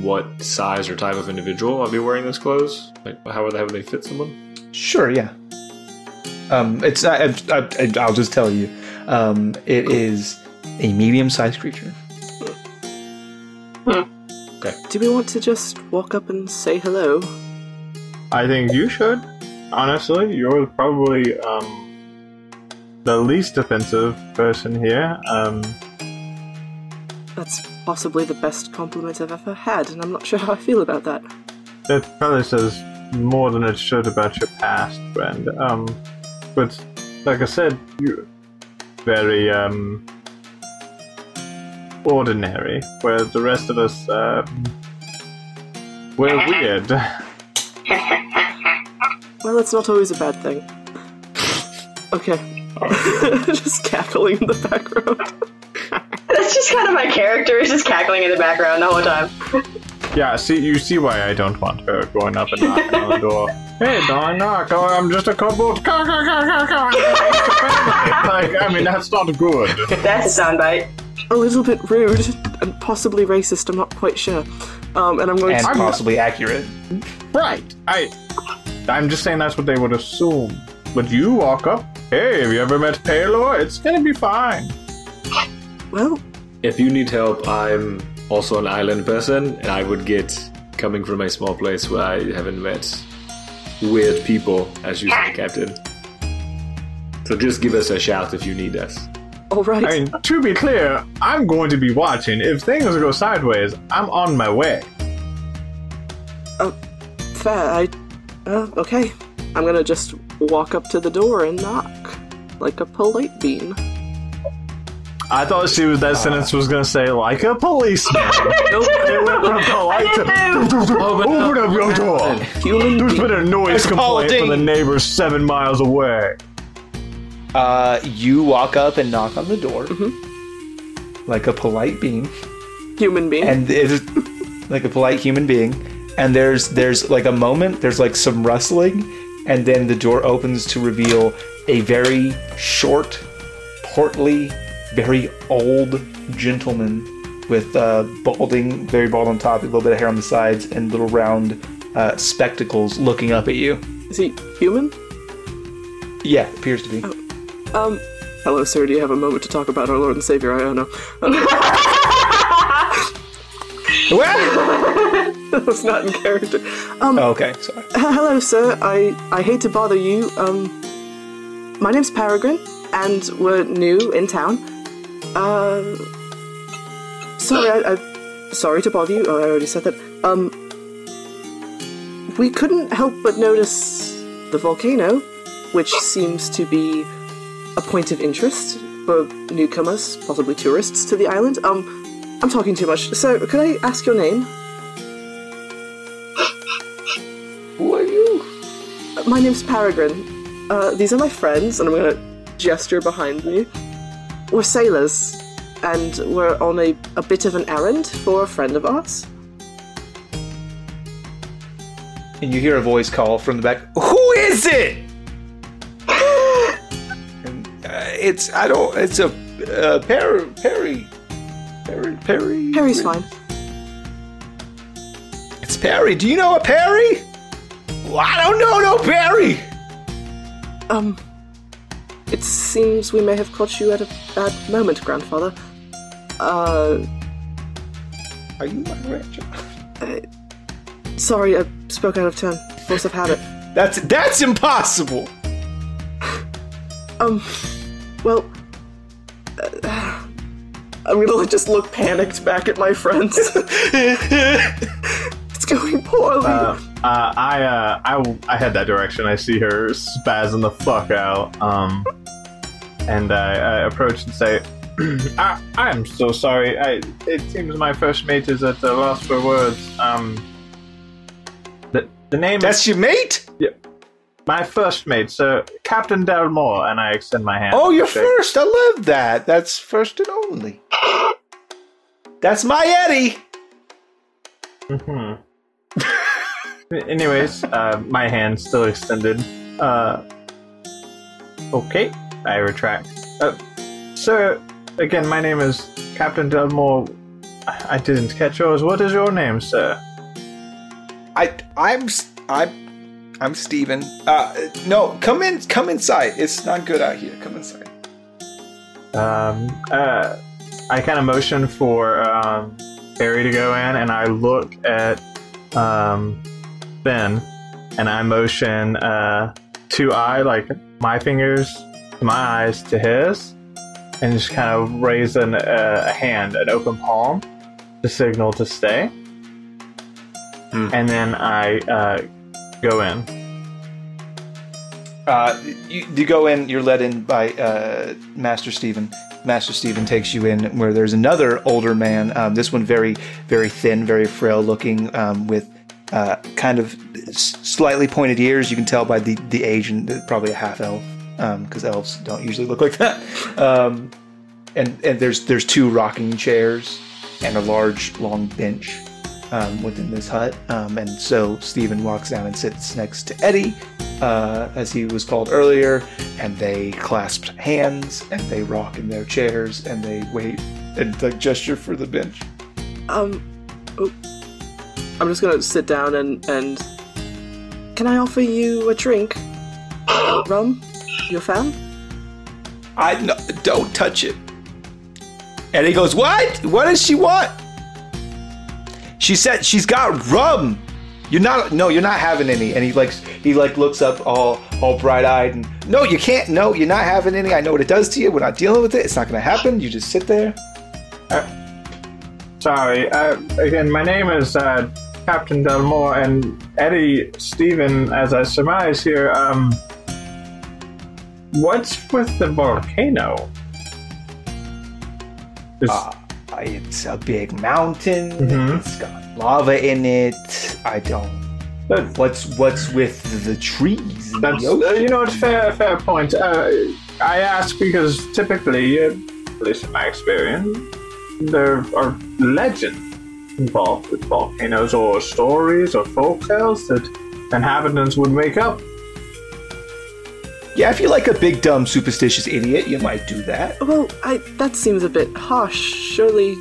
what size or type of individual might be wearing those clothes? Like, how would they, how would they fit someone?
Sure, yeah. Um, it's I, I, I, I'll just tell you, um, it is a medium-sized creature.
Do we want to just walk up and say hello?
I think you should. Honestly, you're probably um, the least offensive person here. Um,
That's possibly the best compliment I've ever had, and I'm not sure how I feel about that.
it probably says more than it should about your past, friend. Um, but like I said, you're very um, ordinary, where the rest of us um, we're weird.
Well, that's not always a bad thing. Okay. just cackling in the background.
That's just kind of my character. Is just cackling in the background the whole time.
Yeah, see, you see why I don't want her going up and knocking on the door. Hey, don't knock. Oh, I'm just a kobold. It's like, I mean, that's not good.
That's a soundbite.
A little bit rude and possibly racist, I'm not quite sure. Um, and I'm going
And
to.
possibly accurate.
Right. I, I'm just saying that's what they would assume. But you walk up. Hey, have you ever met Paylor? It's gonna be fine.
Well,
If you need help, I'm also an island person, and I would get coming from a small place where I haven't met weird people, as you say, Captain. So just give us a shout if you need us.
All right.
I mean, to be clear, I'm going to be watching. If things go sideways, I'm on my way.
Fair. I. Uh, okay. I'm gonna just walk up to the door and knock, like a polite bean.
I thought she was that sentence was gonna say like a policeman. nope, it went from polite to
Oh,
open up your door.
Human
There's been
being.
a noise complaint
Ding.
from the neighbors seven miles away.
Uh, you walk up and knock on the door like a polite being,
Human being.
and it is like a polite human being. And there's there's like a moment. There's like some rustling, and then the door opens to reveal a very short, portly, very old gentleman with uh, balding, very bald on top, a little bit of hair on the sides, and little round uh, spectacles, looking up at you.
Is he human?
Yeah, appears to be.
Um. Hello, sir. Do you have a moment to talk about our Lord and Savior Iona?
Well-
that was not in character. Um.
Oh, okay, sorry.
Uh, Hello, sir. I, I hate to bother you. Um, my name's Peregrine, and we're new in town. Uh, sorry, I, I, sorry to bother you. Oh, I already said that. Um, we couldn't help but notice the volcano, which seems to be a point of interest for newcomers, possibly tourists, to the island. Um, I'm talking too much. So, could I ask your name?
Who are you?
My name's Peregrine. Uh, these are my friends, and I'm gonna gesture behind me. We're sailors, and we're on a, a bit of an errand for a friend of ours.
And you hear a voice call from the back. Who is it? and, uh, it's I don't. It's a uh, Perry. Perry. Perry. Perry.
Harry's fine.
It's Perry. Do you know a Perry? Well, I don't know no Perry.
Um, it seems we may have caught you at a bad moment, grandfather. Uh,
Are you my rancher?
uh, sorry, I spoke out of turn. Force of habit.
That's that's impossible.
Um, well, uh, I'm gonna just look panicked back at my friends. it's going poorly.
Uh, uh, I, uh, I, w- I head that direction. I see her spazzing the fuck out. Um, and I, I approach and say, I, I'm so sorry. I, it seems my first mate is at a loss for words. Um, the, the name
That's your mate.
is my first mate, sir, Captain Delmore, and I extend my hand.
Oh, you're
Shake.
first. I love that. That's first and only. That's my Eddie.
Hmm. Mm-hmm. Anyways, uh, my hand still extended. Uh, okay, I retract. Uh, sir, again, my name is Captain Delmore. I I didn't catch yours. What is your name, sir?
I I'm s- I'm I'm Steven. Uh no, come in come inside. It's not good out here. Come inside.
Um, uh, I kind of motion for um, Barry to go in, and I look at um, Ben, and I motion uh, to I like my fingers, to my eyes to his, and just kind of raise an, uh, a hand, an open palm, to signal to stay.
Hmm.
And then I uh, go in.
Uh you, you go in, you're led in by uh Master Steven. Master Steven takes you in where there's another older man. Um, this one very very thin, very frail looking um, with uh, kind of s- slightly pointed ears. You can tell by the, the age and the- probably a half elf because elves don't usually look like that. Um, and and there's there's two rocking chairs and a large long bench um, within this hut. Um, and so Stephen walks down and sits next to Eddie, uh, as he was called earlier, and they clasp hands and they rock in their chairs and they wait and like gesture for the bench.
Um, oh. I'm just gonna sit down and and. Can I offer you a drink? Rum? Your fan?
I no, don't touch it. And he goes, "What? What does she want?" She said she's got rum. You're not. No, you're not having any. And he like he like looks up all all bright eyed and no, you can't. No, you're not having any. I know what it does to you. We're not dealing with it. It's not gonna happen. You just sit there.
Sorry. Uh, again, my name is uh, Captain Delmore, and Eddie Stephen, as I surmise here. Um, what's with the volcano? Is,
Ah. It's a big mountain.
Mhm.
It's got lava in it. I don't.
that-
What's what's with the trees? and
that's
the ocean?
uh, you know, it's fair, fair point. Uh, I ask because typically, uh, at least in my experience, there are legends involved with volcanoes, or stories, or folk tales that inhabitants would make up.
Yeah, if you're like a big dumb superstitious idiot, you might do that.
Well, I that seems a bit harsh. Surely,
I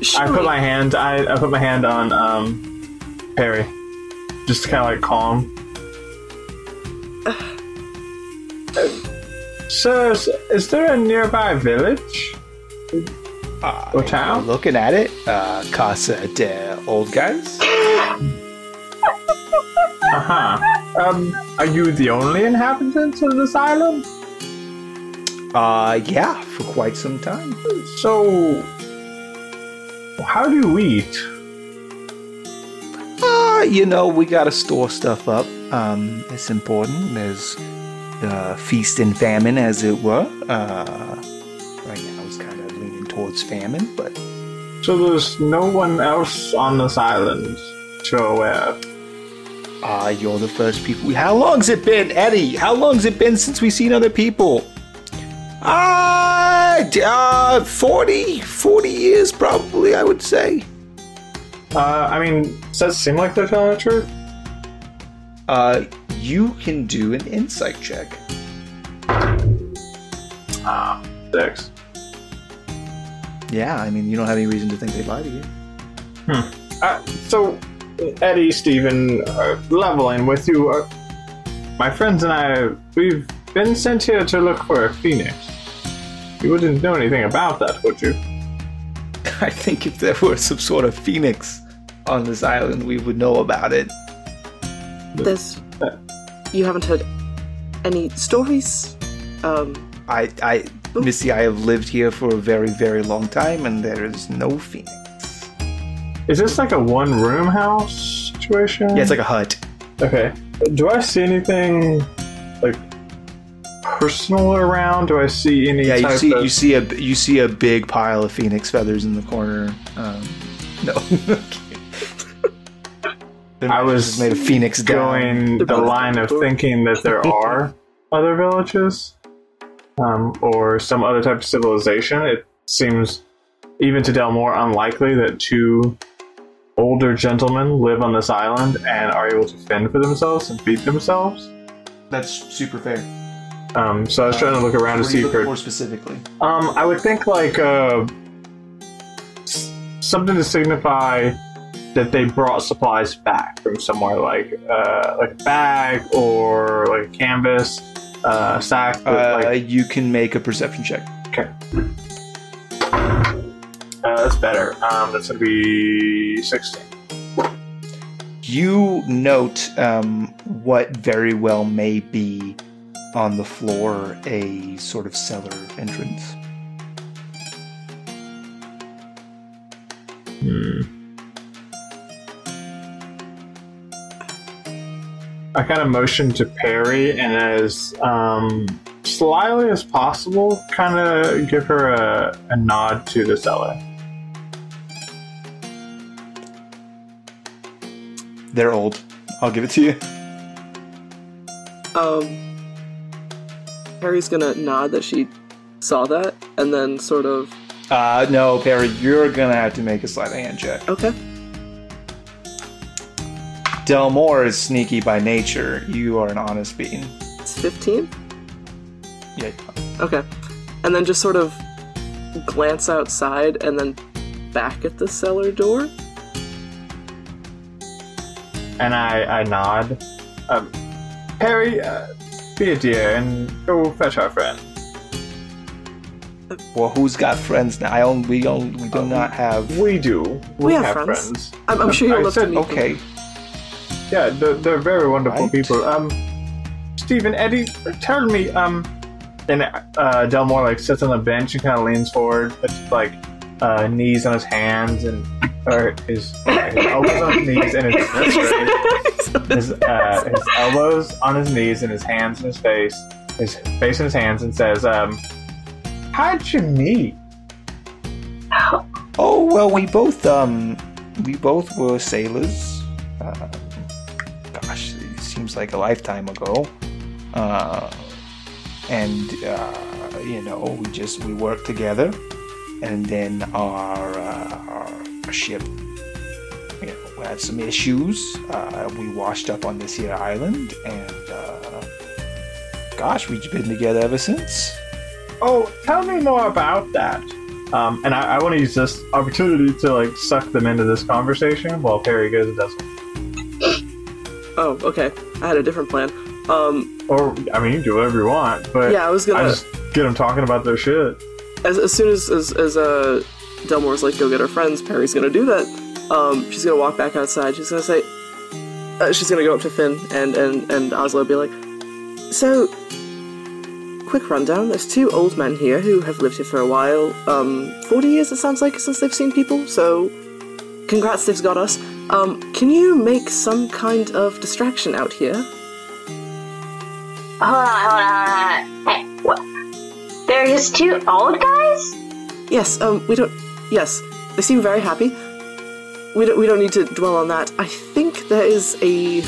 surely
put my hand. I, I put my hand on um, Perry, just to kind of like calm. Uh, Sir, is, is there a nearby village
Uh,
or town?
Looking at it, uh, Casa de Old Guys.
Uh huh. Um, are you the only inhabitants of this island?
Uh, yeah, for quite some time.
So, how do you eat?
Uh, you know, we gotta store stuff up. Um, it's important. There's uh, feast and famine, as it were. Uh, right now, it's kind of leaning towards famine, but
So there's no one else on this island, to aware. of.
uh, you're the first people. How long's it been, Eddie? How long's it been since we've seen other people? Uh, d- uh, 40, 40 years probably, I would say.
Uh, I mean, does that seem like they're telling the truth?
Uh, you can do an insight check.
Ah, six.
Yeah, I mean, you don't have any reason to think they lie to you.
Uh, so, Eddie, Stephen, uh, leveling with you, uh, my friends and I, we've been sent here to look for a phoenix. You wouldn't know anything about that, would you?
I think if there were some sort of phoenix on this island, we would know about it.
There's. You haven't heard any stories. Um,
I, I, Missy, I have lived here for a very, very long time, and there is no phoenix.
Is this like a one room house situation?
Yeah, it's like a hut.
Okay. Do I see anything, like, personal around? Do I see any
Yeah, you
type
see,
of.
you see a, you see a big pile of phoenix feathers in the corner. Um, no,
I was
it's made of phoenix down.
going the line of thinking that there are other villages um, or some other type of civilization. It seems, even to Delmore, unlikely that two older gentlemen live on this island and are able to fend for themselves and feed themselves.
That's super fair.
Um, so I was trying to look around to see for.
specifically?
Um, I would think like uh, s- something to signify that they brought supplies back from somewhere, like uh, like a bag or like a canvas uh, sack.
Uh,
But, like,
you can make a perception check.
uh, that's better. Um, that's gonna be sixteen.
you note um, what very well may be on the floor a sort of cellar entrance.
I kind of motion to Perry and as um, slyly as possible, kind of give her a, a nod to the cellar.
They're old. I'll give it to you.
um, Harry's gonna nod that she saw that, and then sort of
Uh, no, Perry, you're gonna have to make a sleight of hand check.
okay.
Delmore is sneaky by nature. You are an honest being.
It's fifteen.
Yeah.
Okay, and then just sort of glance outside, and then back at the cellar door.
and I, I nod. Um, Harry, uh, be a dear and go fetch our friend.
Well, who's got friends now? I only we only Um, we do not have.
We do. We,
have friends. I'm, I'm sure you'll
Uh, I
love to
said-
meet them.
Okay.
Yeah, they're, they're very wonderful
Right.
people. Um, Stephen, Eddie, tell me. Um, and uh, Delmore like sits on the bench and kind of leans forward, puts like uh, knees on his hands and or his, his elbows on his knees and his, his, uh, his elbows on his knees and his hands in his face, his face in his hands, and says, um, "How'd you meet?"
Oh well, we both um, we both were sailors. Uh, gosh, it seems like a lifetime ago. Uh, and uh, you know, we just we worked together, and then our, uh, our ship, you know, we had some issues. Uh, we washed up on this here island, and uh, gosh, we've been together ever since.
Oh, tell me more about that. Um, and I, I want to use this opportunity to like suck them into this conversation while Perry goes and does.
Oh, okay. I had a different plan. Um,
Or I mean, you can do whatever you want, but
yeah, I was
I
gonna
just get them talking about their shit.
as, as soon as as, as uh, Delmore's like go get her friends, Perry's gonna do that. Um, she's gonna walk back outside. She's gonna say, uh, she's gonna go up to Finn and and and Oslo be like, so. Quick rundown. There's two old men here who have lived here for a while. Um, 40 years, it sounds like, since they've seen people, so congrats, they've got us. Um, can you make some kind of distraction out here?
Hold on, hold on, hold on. Hey, what? They're just two old guys?
Yes, um, we don't. Yes, they seem very happy. We don't. We don't need to dwell on that. I think there is a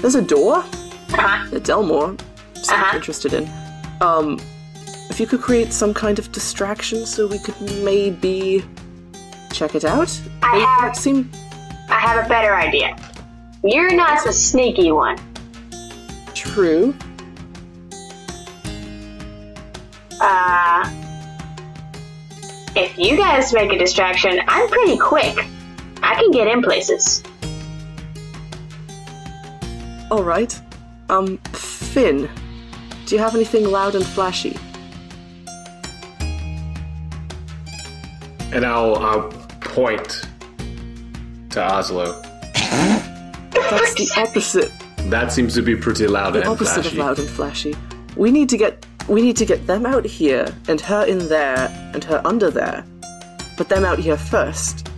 there's a door
Uh-huh.
that Delmore seemed
Uh-huh.
interested in. Um, if you could create some kind of distraction, so we could maybe check it out.
I
They
have-
don't seem.
I have a better idea. You're not the sneaky one.
True.
Uh, if you guys make a distraction, I'm pretty quick. I can get in places.
All right. Um, Finn, do you have anything loud and flashy?
And I'll, I'll point to Oslo.
That's the opposite.
That seems to be pretty loud
the
and
opposite
flashy.
of loud and flashy. We need to get we need to get them out here and her in there and her under there. But them out here first.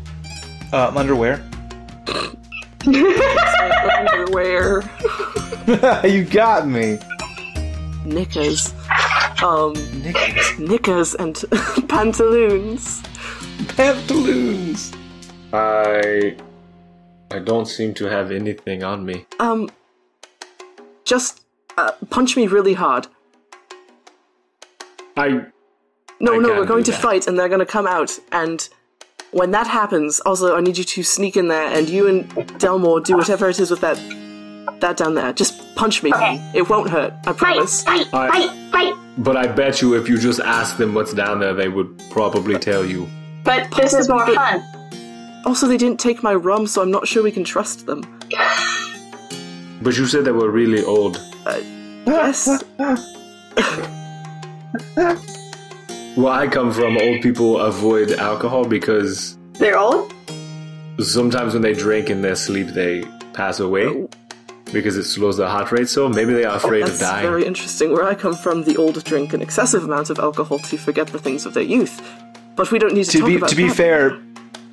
Uh, underwear.
Underwear,
you got me.
knickers, um, knickers, and pantaloons.
Pantaloons.
I I don't seem to have anything on me.
Um, just uh, punch me really hard.
I
No,
I
no,
can
we're going
do
to
that.
fight, and they're going to come out. And when that happens, also, I need you to sneak in there, and you and Delmore do whatever it is with that that down there. Just punch me.
Okay.
It won't hurt. I
Fight,
promise.
fight,
I-
fight, fight.
but I bet you if you just ask them what's down there, they would probably tell you.
But this is more fun.
Also, they didn't take my rum, so I'm not sure we can trust them.
But you said they were really old.
Yes.
Where I come from, old people avoid alcohol because
They're old?
sometimes when they drink in their sleep, they pass away because it slows their heart rate. So maybe they are afraid
Oh. That's
of dying.
very interesting. Where I come from, the old drink an excessive amount of alcohol to forget the things of their youth. But we don't need to,
To
talk
be
about
to be
that.
fair,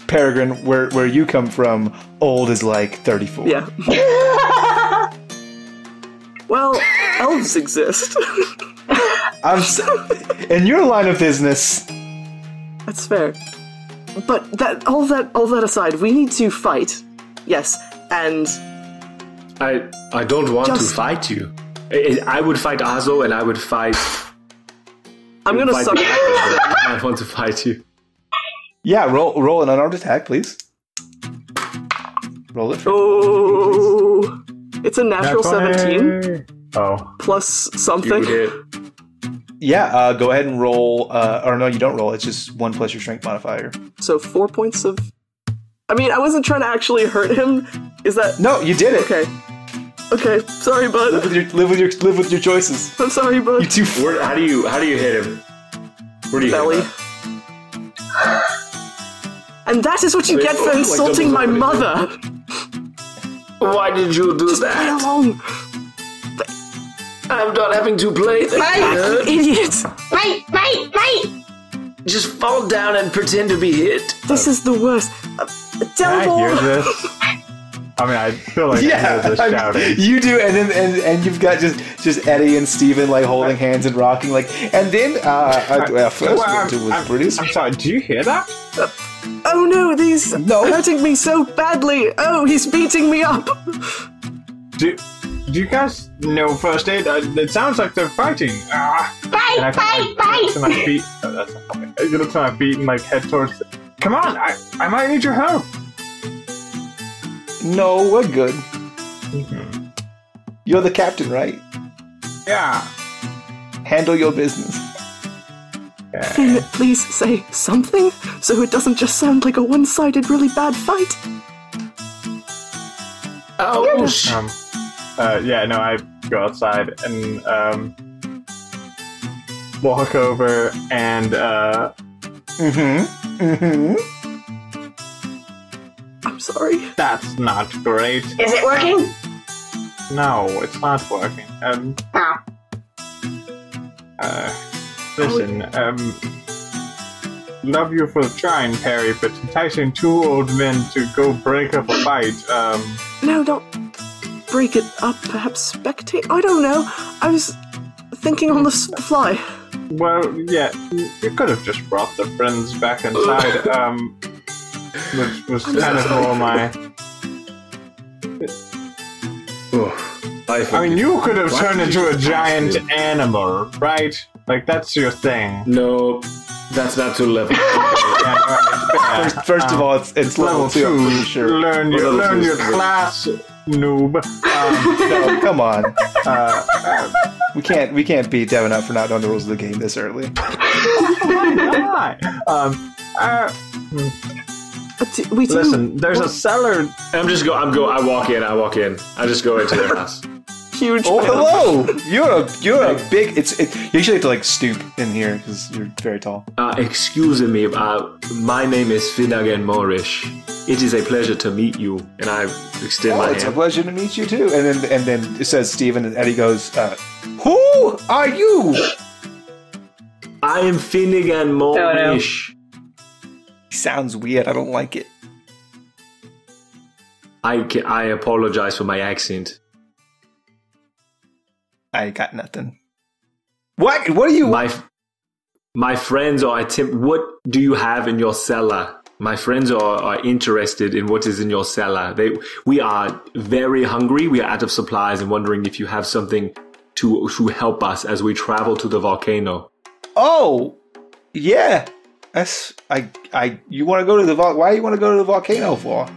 Peregrine, where where you come from, old is like thirty four.
Yeah. well, elves exist.
I'm s- in your line of business.
That's fair. But that all that all that aside, we need to fight. Yes, and
I I don't want
Just-
to fight you. I, I I would fight Azo and I would fight.
I'm gonna
fight
suck.
the others, but I want to fight you.
Yeah, roll roll an unarmed attack, please. Roll it. For-
Oh, it's a natural
Nat
17
20. Oh,
plus
You
something.
hit.
yeah, uh, go ahead and roll. Uh, or no, you don't roll. It's just one plus your strength modifier.
So four points of. I mean, I wasn't trying to actually hurt him. Is that
No, you did it.
okay? Okay, sorry,
Live with
bud.
your live with your live with your choices.
I'm sorry,
You
bud.
two.
Where, how do you how do you hit him? Where do you
Belly.
hit him?
And that is what you
They
get
look
for
like
insulting my
double-sided,
mother.
Why did you do
Play
that?
along,
I'm not having to play.
Mate,
idiot!
mate, mate, mate!
Just fall down and pretend to be hit.
This is the worst. Uh,
Can I hear
Delvor!
this? I mean, I feel like I
Yeah,
hear this
I mean,
shouting.
you do, and then and, and you've got just just Eddie and Steven like holding hands and rocking like, and then uh, I, well, first
Well,
well,
I'm-
it was
I'm-
pretty.
I'm sorry. Do you hear that?
Oh no, these
No.
hurting me so badly. Oh, he's beating me up.
Do Do you guys know first aid? Uh, it sounds like they're fighting. Ah. And I
Mate,
kind of, like,
mate, mate!
to my feet. Oh, that's not helping. I get up to my feet and like head towards. Come on, I, I might need your help.
No, we're good. Mm-hmm. You're the captain, right?
Yeah.
Handle your business.
Can you please say something so it doesn't just sound like a one sided, really bad fight?
Oh, sh-
Um. Uh. Yeah. No. I go outside and um. Walk over and uh.
Mm-hmm.
I'm sorry.
That's not great.
Is it working?
No, it's not working. Um.
Oh.
Uh, listen, um, love you for trying, Perry, but enticing two old men to go break up a fight, um,
No, don't break it up. Perhaps spectate? I don't know. I was thinking on the s- fly.
well, yeah, you could have just brought the friends back inside, um, which was kind of more my. I mean, you could have
Why
turned
did
into
Oh, you
a
just
giant
ask
animal, right? Like, that's your thing.
no, that's not too level.
Yeah, right,
First, first of all, it's, it's level,
level
two. I'm pretty
two,
sure.
learn your,
Level
learn
two.
your class, noob. Um,
No, come on.
uh, uh,
We can't we can't beat Devin up for not knowing the rules of the game this early.
Why not? Um, uh,
Uh, d- we do-
listen, there's a cellar.
I'm just go. I'm go. I walk in. I walk in. I just go into their house.
huge.
Oh, hello! You're a you're a big. It's it, you usually have to like stoop in here because you're very tall.
Uh, excuse me. Uh, my name is Finnegan Morish. It is a pleasure to meet you, and I extend
Oh,
my
it's a
hand.
pleasure to meet you too. And then and then it says Steven and Eddie goes, uh, "Who are you?"
I am Finnegan Morish.
sounds weird. I don't like it.
I ca- I apologize for my accent.
I got nothing. What? What are you?
My f- my friends are attempt. What do you have in your cellar? My friends are, are interested in what is in your cellar. They we are very hungry. We are out of supplies and wondering if you have something to to help us as we travel to the volcano.
oh, yeah. That's I. I. You want to go to the vol? Why you want to go to the volcano for?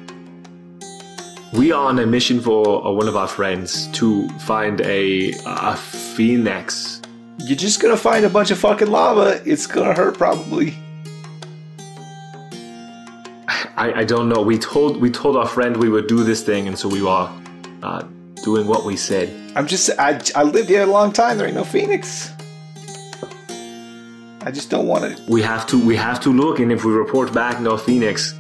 We are on a mission for uh, one of our friends to find a a phoenix.
You're just gonna find a bunch of fucking lava. It's gonna hurt probably.
I, I don't know. We told we told our friend we would do this thing, and so we are uh, doing what we said.
I'm just. I. I lived here a long time. There ain't no phoenix. I just don't want it.
We have to we have to look, and if we report back no Phoenix,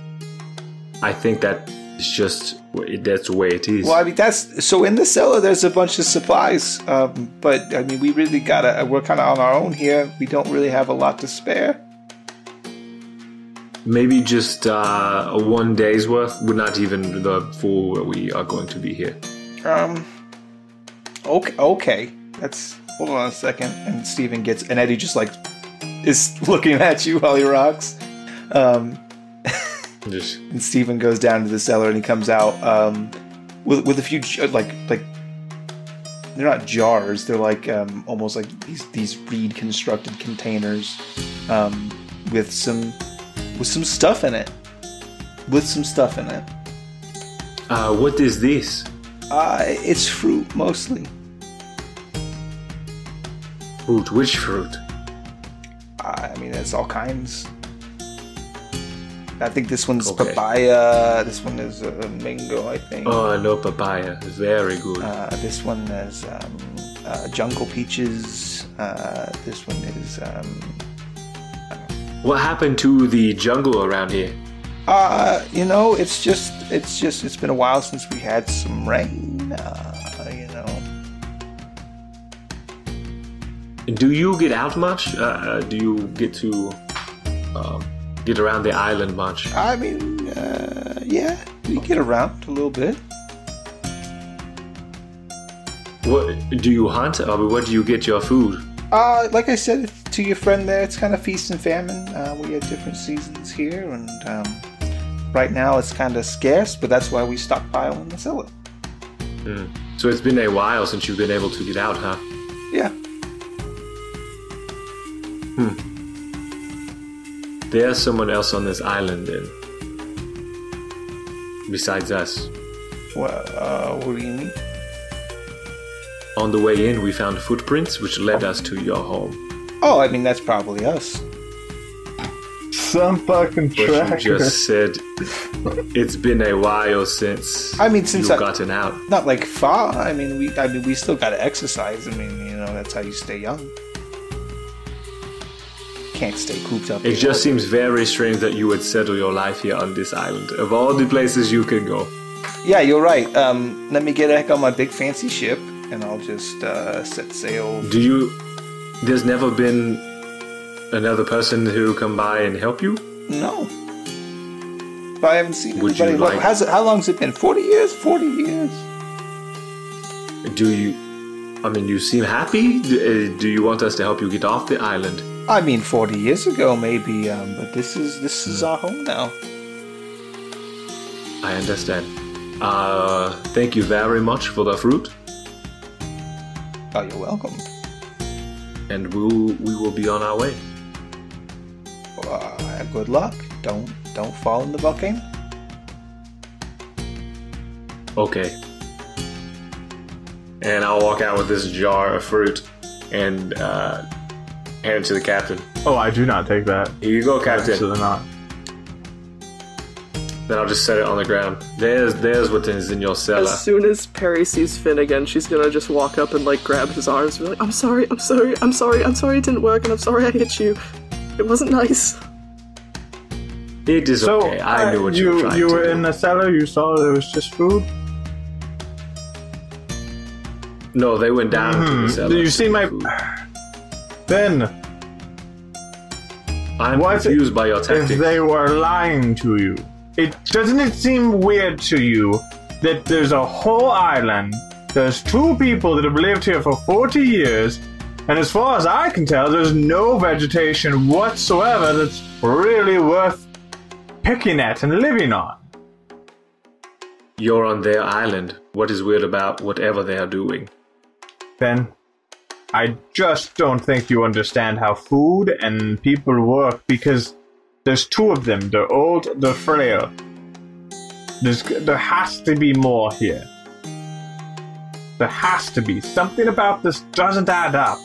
I think that is just that's the way it is.
Well, I mean that's so. In the cellar, there's a bunch of supplies, um, but I mean we really gotta. We're kind of on our own here. We don't really have a lot to spare.
Maybe just uh, a one day's worth. We're not even the full where we are going to be here.
Um. Okay. Okay. That's. Hold on a second. And Steven gets. And Eddie just like is looking at you while he rocks. Um.
Just
And Steven goes down to the cellar and he comes out. Um. With with a few j- uh, like like. They're not jars. They're like um almost like these these reed constructed containers, um, with some with some stuff in it. With some stuff in it.
uh, what is this?
Uh, it's fruit mostly.
Fruit? Which fruit?
I mean, it's all kinds. I think this one's
Okay.
papaya. This one is uh, mango, I think. Uh,
Oh, I know papaya. Very good.
this one is um, uh, jungle peaches. Uh, this one is. Um,
what happened to the jungle around here?
uh, you know, it's just It's just it's been a while since we had some rain. Uh, you know.
Do you get out much? Uh, Uh, do you get to um, get around the island much?
I mean, uh, yeah, you get around a little bit.
What do you hunt? I mean, where do you get your food?
Uh, like I said to your friend there, it's kind of feast and famine. Uh, we have different seasons here, and um, right now it's kind of scarce, but that's why we stockpile and sell it.
So it's been a while since you've been able to get out, huh?
Yeah.
There's someone else on this island, then. Besides us.
Well, uh, what do you mean?
On the way in, we found footprints which led us to your home.
Oh, I mean that's probably us.
Some fucking
But you
tracker.
just said it's been a while since
I mean, since
you've
I-
gotten out.
Not like far. I mean, we. I mean, we still gotta exercise. I mean, you know, that's how you stay young. Can't stay cooped up.
It just seems very strange that you would settle your life here on this island. Of all the places you could go,
Yeah, you're right. Um, let me get back on my big fancy ship, and I'll just uh, set sail.
do you? There's never been another person who come by and help you.
No, but I haven't seen
Would you
anybody. Look,
like-
how's it, how long's it been? Forty years. Forty years.
Do you? I mean, you seem happy. Do, uh, do you want us to help you get off the island?
I mean, forty years ago, maybe. Um, but this is this is our home now.
I understand. Uh, thank you very much for the fruit,
Oh, you're welcome.
and we'll we will be on our way.
Uh, good luck. Don't don't fall in the volcano.
Okay. And I'll walk out with this jar of fruit and uh, hand it to the captain.
Oh, I do not take that.
Here you go, captain.
Absolutely not.
Then I'll just set it on the ground. There's there's what is in your cellar.
As soon as Perry sees Finn again, she's gonna just walk up and like grab his arms and be like, I'm sorry, I'm sorry, I'm sorry, I'm sorry it didn't work, and I'm sorry I hit you. It wasn't nice.
It is
So
okay. I knew what
uh,
you, were trying
you
to
were
do.
in the cellar. You saw there was just food.
No, they went down to
Hmm.
the cellar.
You see my- Then
I'm
What
confused by your tactics.
if they were lying to you. It doesn't it seem weird to you that there's a whole island, there's two people that have lived here for 40 years, and as far as I can tell, there's no vegetation whatsoever that's really worth picking at and living on.
You're on their island. What is weird about whatever they are doing?
Ben, I just don't think you understand how food and people work because there's two of them. They're old, they're frail. There's, there has to be more here. There has to be. Something about this doesn't add up.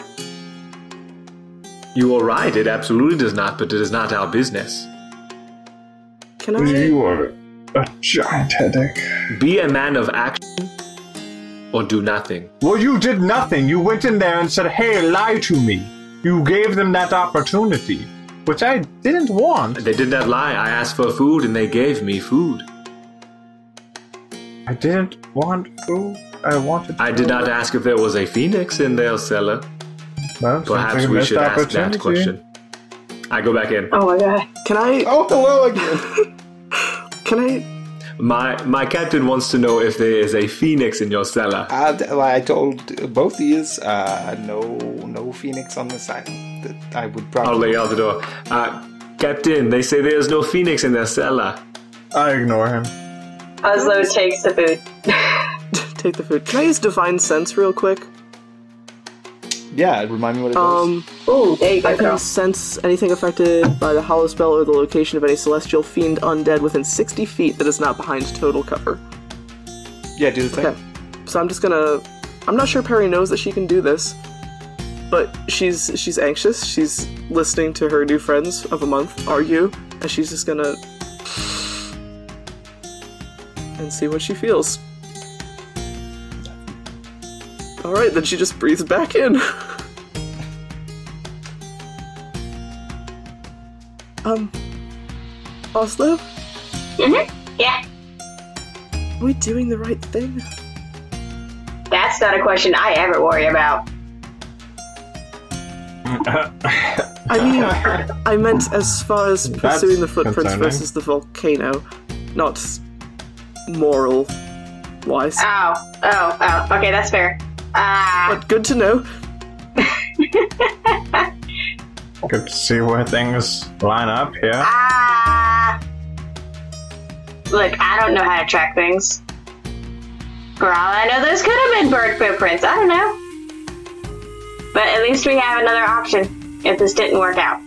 You are right. It absolutely does not, but it is not our business.
Can I
are a giant headache.
Be a man of action or do nothing.
Well, you did nothing. You went in there and said, hey, lie to me. You gave them that opportunity, which I didn't want.
They did not lie. I asked for food and they gave me food.
I didn't want food. I wanted.
I did not ask if there was a phoenix in their cellar.
Well,
Perhaps we should ask that question. I go back in.
Oh my god.
can I
Oh, hello again.
can I
My my captain wants to know if there is a phoenix in your cellar.
I, Uh, I told both of yous, uh, no, no phoenix on this island. That I would
I'll
probably.
lay out the door. Uh, captain, they say there is no phoenix in their cellar.
I ignore him.
Oslo takes the food.
take the food? Can I use divine sense real quick?
Oh,
Yeah, remind me what it was.
Um,
Ooh, there you
I
go,
can
girl.
sense anything affected by the hollow spell or the location of any celestial fiend undead within 60 feet that is not behind total cover.
yeah, do the thing.
Okay. So I'm just gonna. I'm not sure Perry knows that she can do this, but she's she's anxious. She's listening to her new friends of a month argue, and she's just gonna and see what she feels. All right, then she just breathes back in. um, Oslo, Um,
Mm-hmm. Yeah.
Are we doing the right thing?
That's not a question I ever worry about.
I mean, I meant as far as pursuing the footprints
concerning.
versus the volcano, not moral wise.
Oh, oh, oh. Okay, that's fair. Ah,
But good to know.
Good to see where things line up here.
ah. Look, I don't know how to track things. For all I know, those could have been bird footprints. I don't know. But at least we have another option if this didn't work out.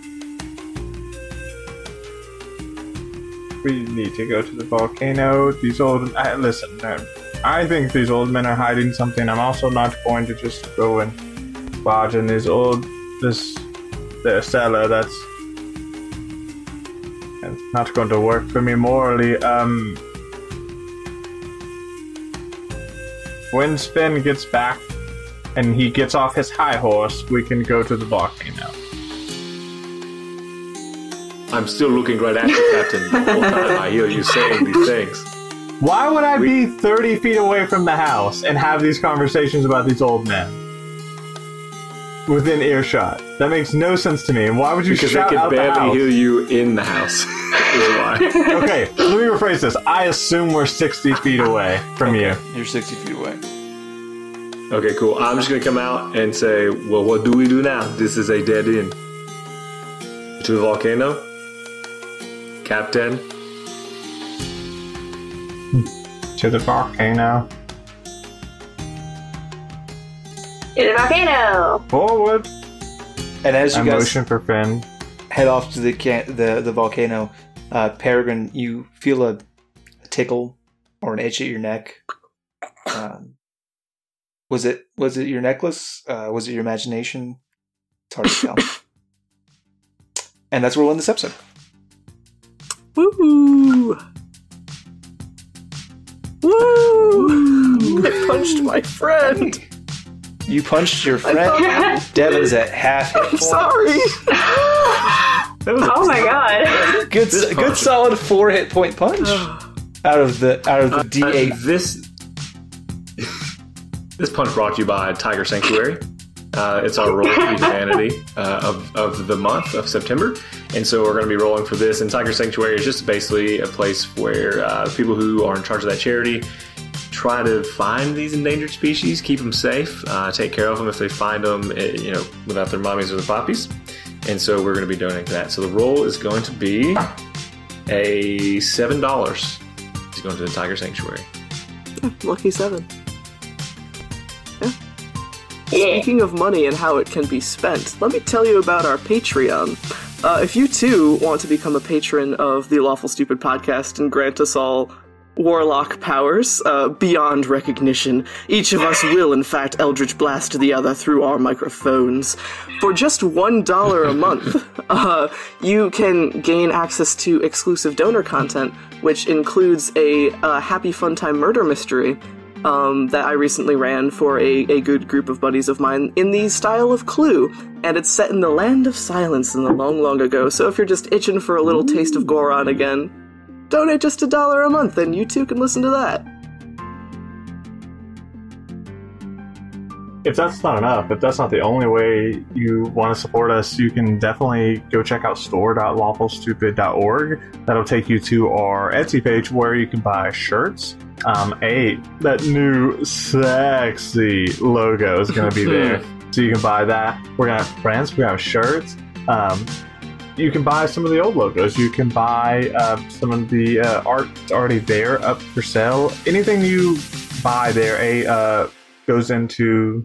We need to go to the volcano. These old. I, listen, I, I think these old men are hiding something. I'm also not going to just go and barge in these old. this. their cellar. That's. It's not going to work for me morally. Um. When Sven gets back and he gets off his high horse, we can go to the volcano.
I'm still looking right at you, Captain. The whole time I hear you saying these things.
Why would I be 30 feet away from the house and have these conversations about these old men? Within earshot. That makes no sense to me. And why would you
Because I
shout
can
out the
barely
house?
hear you in the house. is why.
Okay, let me rephrase this. I assume we're 60 feet away from you.
You're 60 feet away.
Okay, cool. I'm just gonna come out and say, well, what do we do now? This is a dead end. To the volcano, Captain.
To the volcano.
To the volcano!
Forward.
And as you
I
guys
motion for Finn.
head off to the can- the, the volcano, uh, Peregrine, you feel a, a tickle or an itch at your neck. Um, was it was it your necklace? Uh, was it your imagination? It's hard to tell. and that's where we'll end this episode.
Woo! Woo! I punched my friend.
You punched your friend.
oh
Devin's at half. hit
I'm
point.
sorry.
That was a-
my god.
Good, good, solid four hit point punch out of the out of the D eight.
Uh, this this punch brought to you by Tiger Sanctuary. Uh, it's our roll for humanity uh, of, of the month of September, and so we're going to be rolling for this. And Tiger Sanctuary is just basically a place where uh, people who are in charge of that charity try to find these endangered species, keep them safe, uh, take care of them if they find them, eh, you know, without their mommies or the poppies. And so we're going to be donating to that. So the roll is going to be a seven dollars. It's going to the Tiger Sanctuary.
Lucky seven.
Yeah.
Speaking of money and how it can be spent, let me tell you about our Patreon. Uh, if you too want to become a patron of the Lawful Stupid podcast and grant us all warlock powers uh, beyond recognition, each of us will, in fact, Eldritch Blast the other through our microphones. For just $1 a month, uh, you can gain access to exclusive donor content, which includes a uh, Happy Fun Time murder mystery um, that I recently ran for a, a good group of buddies of mine in the style of Clue. And it's set in the land of silence in the long, long ago. So if you're just itching for a little taste of Goron again, donate just a dollar a month and you too can listen to that.
If that's not enough, if that's not the only way you want to support us, you can definitely go check out store.lawfulstupid.org. That'll take you to our Etsy page where you can buy shirts. Um, a that new sexy logo is going to be there, so you can buy that. We're gonna have prints. We're gonna have shirts. Um, you can buy some of the old logos. You can buy uh, some of the uh, art that's already there up for sale. Anything you buy there, a uh, goes into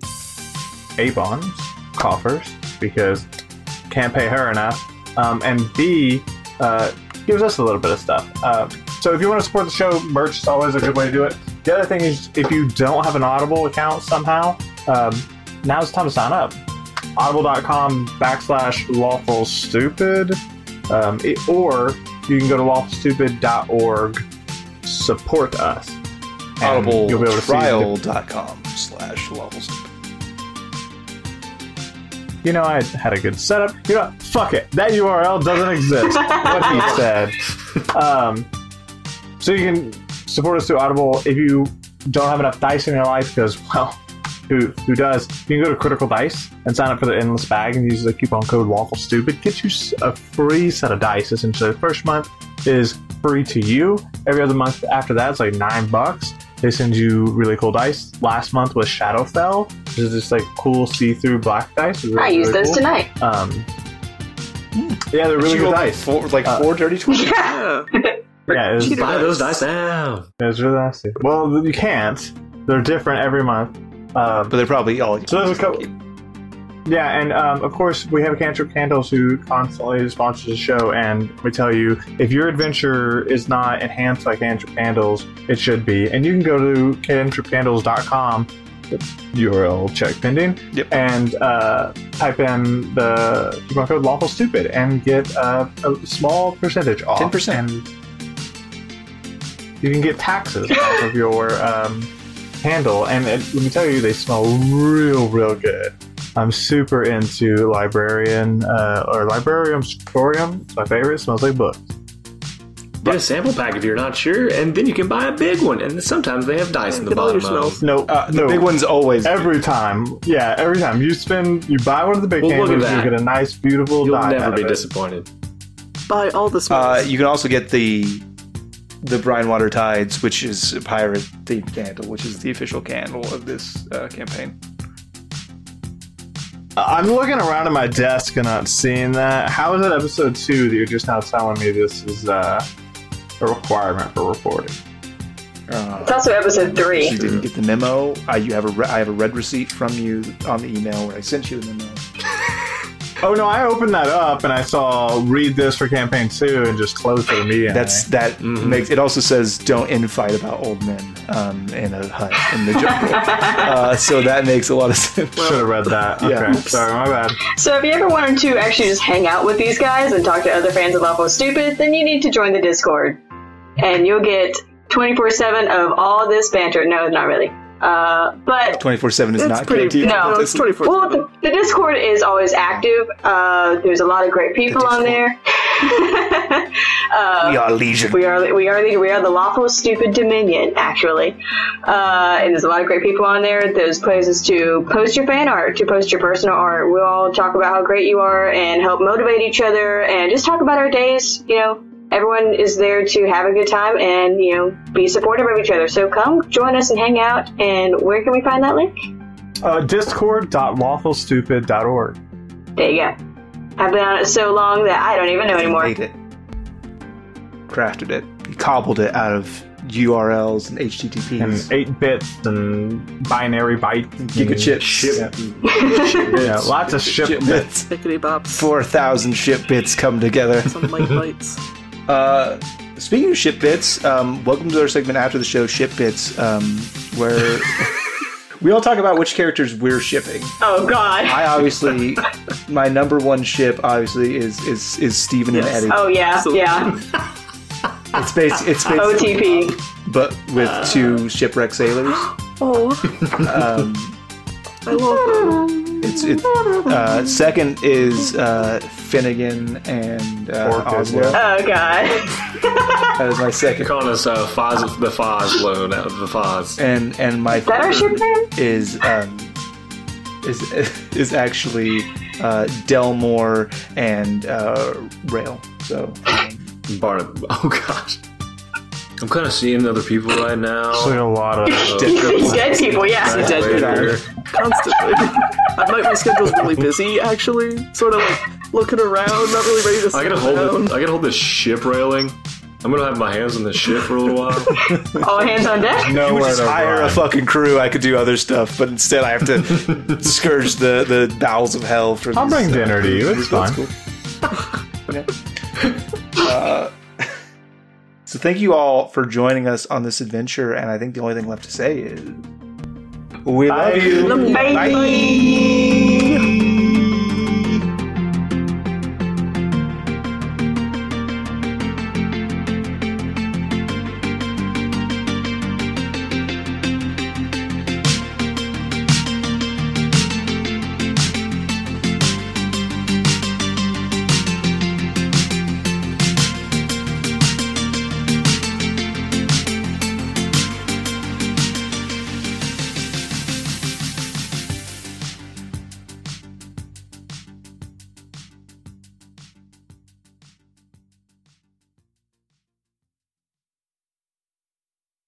Avon's coffers because can't pay her enough, um, and B uh, gives us a little bit of stuff. Uh, so if you want to support the show, merch is always a good way to do it. The other thing is if you don't have an Audible account somehow, um, now's the time to sign up. Audible.com backslash lawful stupid, um, it- or you can go to lawfulstupid.org, support us. and
Audible
you'll be able to see the
trial.com slash levels.
You know, I had a good setup. You know, fuck it. That URL doesn't exist. what he said. Um, so you can support us through Audible. If you don't have enough dice in your life, because well, who who does? You can go to Critical Dice and sign up for the endless bag and use the coupon code Lawful Stupid. Get you s- a free set of dice. Essentially, the first month is free to you. Every other month after that is like nine bucks. They send you really cool dice. Last month was Shadowfell, which is just like cool see-through black dice. Really,
I use
really
those
cool.
tonight.
Um, yeah, they're really
She
good
rolled
dice.
Four, like
Uh,
four dirty twenty.
Yeah.
Yeah.
Yeah, it was,
Cheater
Buy those
dice.
dice now.
it was really nasty. Well, you can't. They're different every month. Um,
But they're probably all.
So there's a couple. Yeah, and um, of course we have Cantrip Candles who constantly sponsors the show, and we tell you if your adventure is not enhanced by Cantrip Candles, it should be. And you can go to cantripcandles.com. URL check pending.
Yep.
And uh, type in the coupon code lawful stupid and get uh, a small percentage off.
10%.
And you can get taxes off of your um, handle. And it, let me tell you, they smell real, real good. I'm super into librarian uh, or librarium scriptorium. It's my favorite. It smells like books.
Get a sample pack if you're not sure, and then you can buy a big one. And sometimes they have dice in the
Get all
bottom
your
of them.
smells.
No,
Uh, the
no.
big one's always.
Every time, yeah, every time you spend, you buy one of the big
Well, look at
candles, you
that.
get a nice, beautiful.
You'll
dime out
never
of
be
it.
disappointed.
Buy all the
Uh,
smells.
you can also get the the brine water tides, which is a pirate themed candle, which is the official candle of this uh, campaign.
I'm looking around at my desk and not seeing that. How is it episode two that you're just now telling me this is uh, a requirement for reporting?
Uh,
It's also episode
if you
three.
didn't get the memo, I you have a re- I have a red receipt from you on the email where I sent you the memo.
Oh no, I opened that up and I saw read this for campaign two and just closed it immediately.
That's that
Mhm.
makes it. Also says don't infight about old men um, in a hut in the jungle. uh, so that makes a lot of sense.
should have read that. Okay,
Yeah.
sorry, my bad.
So if you ever wanted to actually just hang out with these guys and talk to other fans of Awful Stupid, then you need to join the Discord. And you'll get 24-7 of all this banter. No, not really. Uh, but,
Twenty four seven is
it's
not
pretty.
guaranteed.
No.
it's 24.
well, the, the Discord is always active. Uh, there's a lot of great people on there.
We are legion.
We are we are the we are the lawful stupid dominion actually, uh, and there's a lot of great people on there. There's places to post your fan art, to post your personal art. We'll all talk about how great you are and help motivate each other and just talk about our days. You know, everyone is there to have a good time and you know be supportive of each other. So come join us and hang out. And where can we find that link?
Uh, Discord.lawfulstupid.org.
There you go. I've been on it so long that I don't even know anymore.
made it, crafted it, He cobbled it out of URLs and
and
HTTPs.
eight bits and binary bytes,
Giga chips.
Ship.
yeah, lots of ship,
Ship
bits.
bits.
Pickety bops.
4,000 ship bits come together.
Some light lights.
Uh, speaking of ship bits, um, welcome to our segment after the show, Ship Bits, um, where we all talk about which characters we're shipping.
Oh God.
I obviously, my number one ship obviously is is is Steven
Yes.
and Eddie.
Oh yeah, yeah.
It's based it's based,
OTP.
but with two shipwreck sailors.
Oh,
Um,
I love them.
It's it, uh, second is uh, Finnegan and uh,
Orchid,
Oswald.
yeah.
Oh God.
That was my
They're
second.
calling us uh, Foz, the Foz loan out of the Foz.
And and my
that our
third
ship name?
is um, is is actually uh, Delmore and uh, Rail. So um,
Barnab. Oh gosh. I'm kind of seeing other people right now.
It's like a lot of.
Uh,
dead people, yeah.
dead
later.
constantly. I might my schedule's really busy actually. Sort of like looking around, not really ready to.
I gotta
settle
hold
down.
it. I gotta hold this ship railing. I'm gonna have my hands on the ship for a little while.
All hands on deck.
Nowhere to
hire a
run.
fucking crew. I could do other stuff, but instead I have to scourge the, the bowels of hell for.
I'll
this,
bring
uh,
dinner to you. It's fine.
Uh, So thank you all for joining us on this adventure, and I think the only thing left to say is we love
Bye.
you.
Love you.
Bye.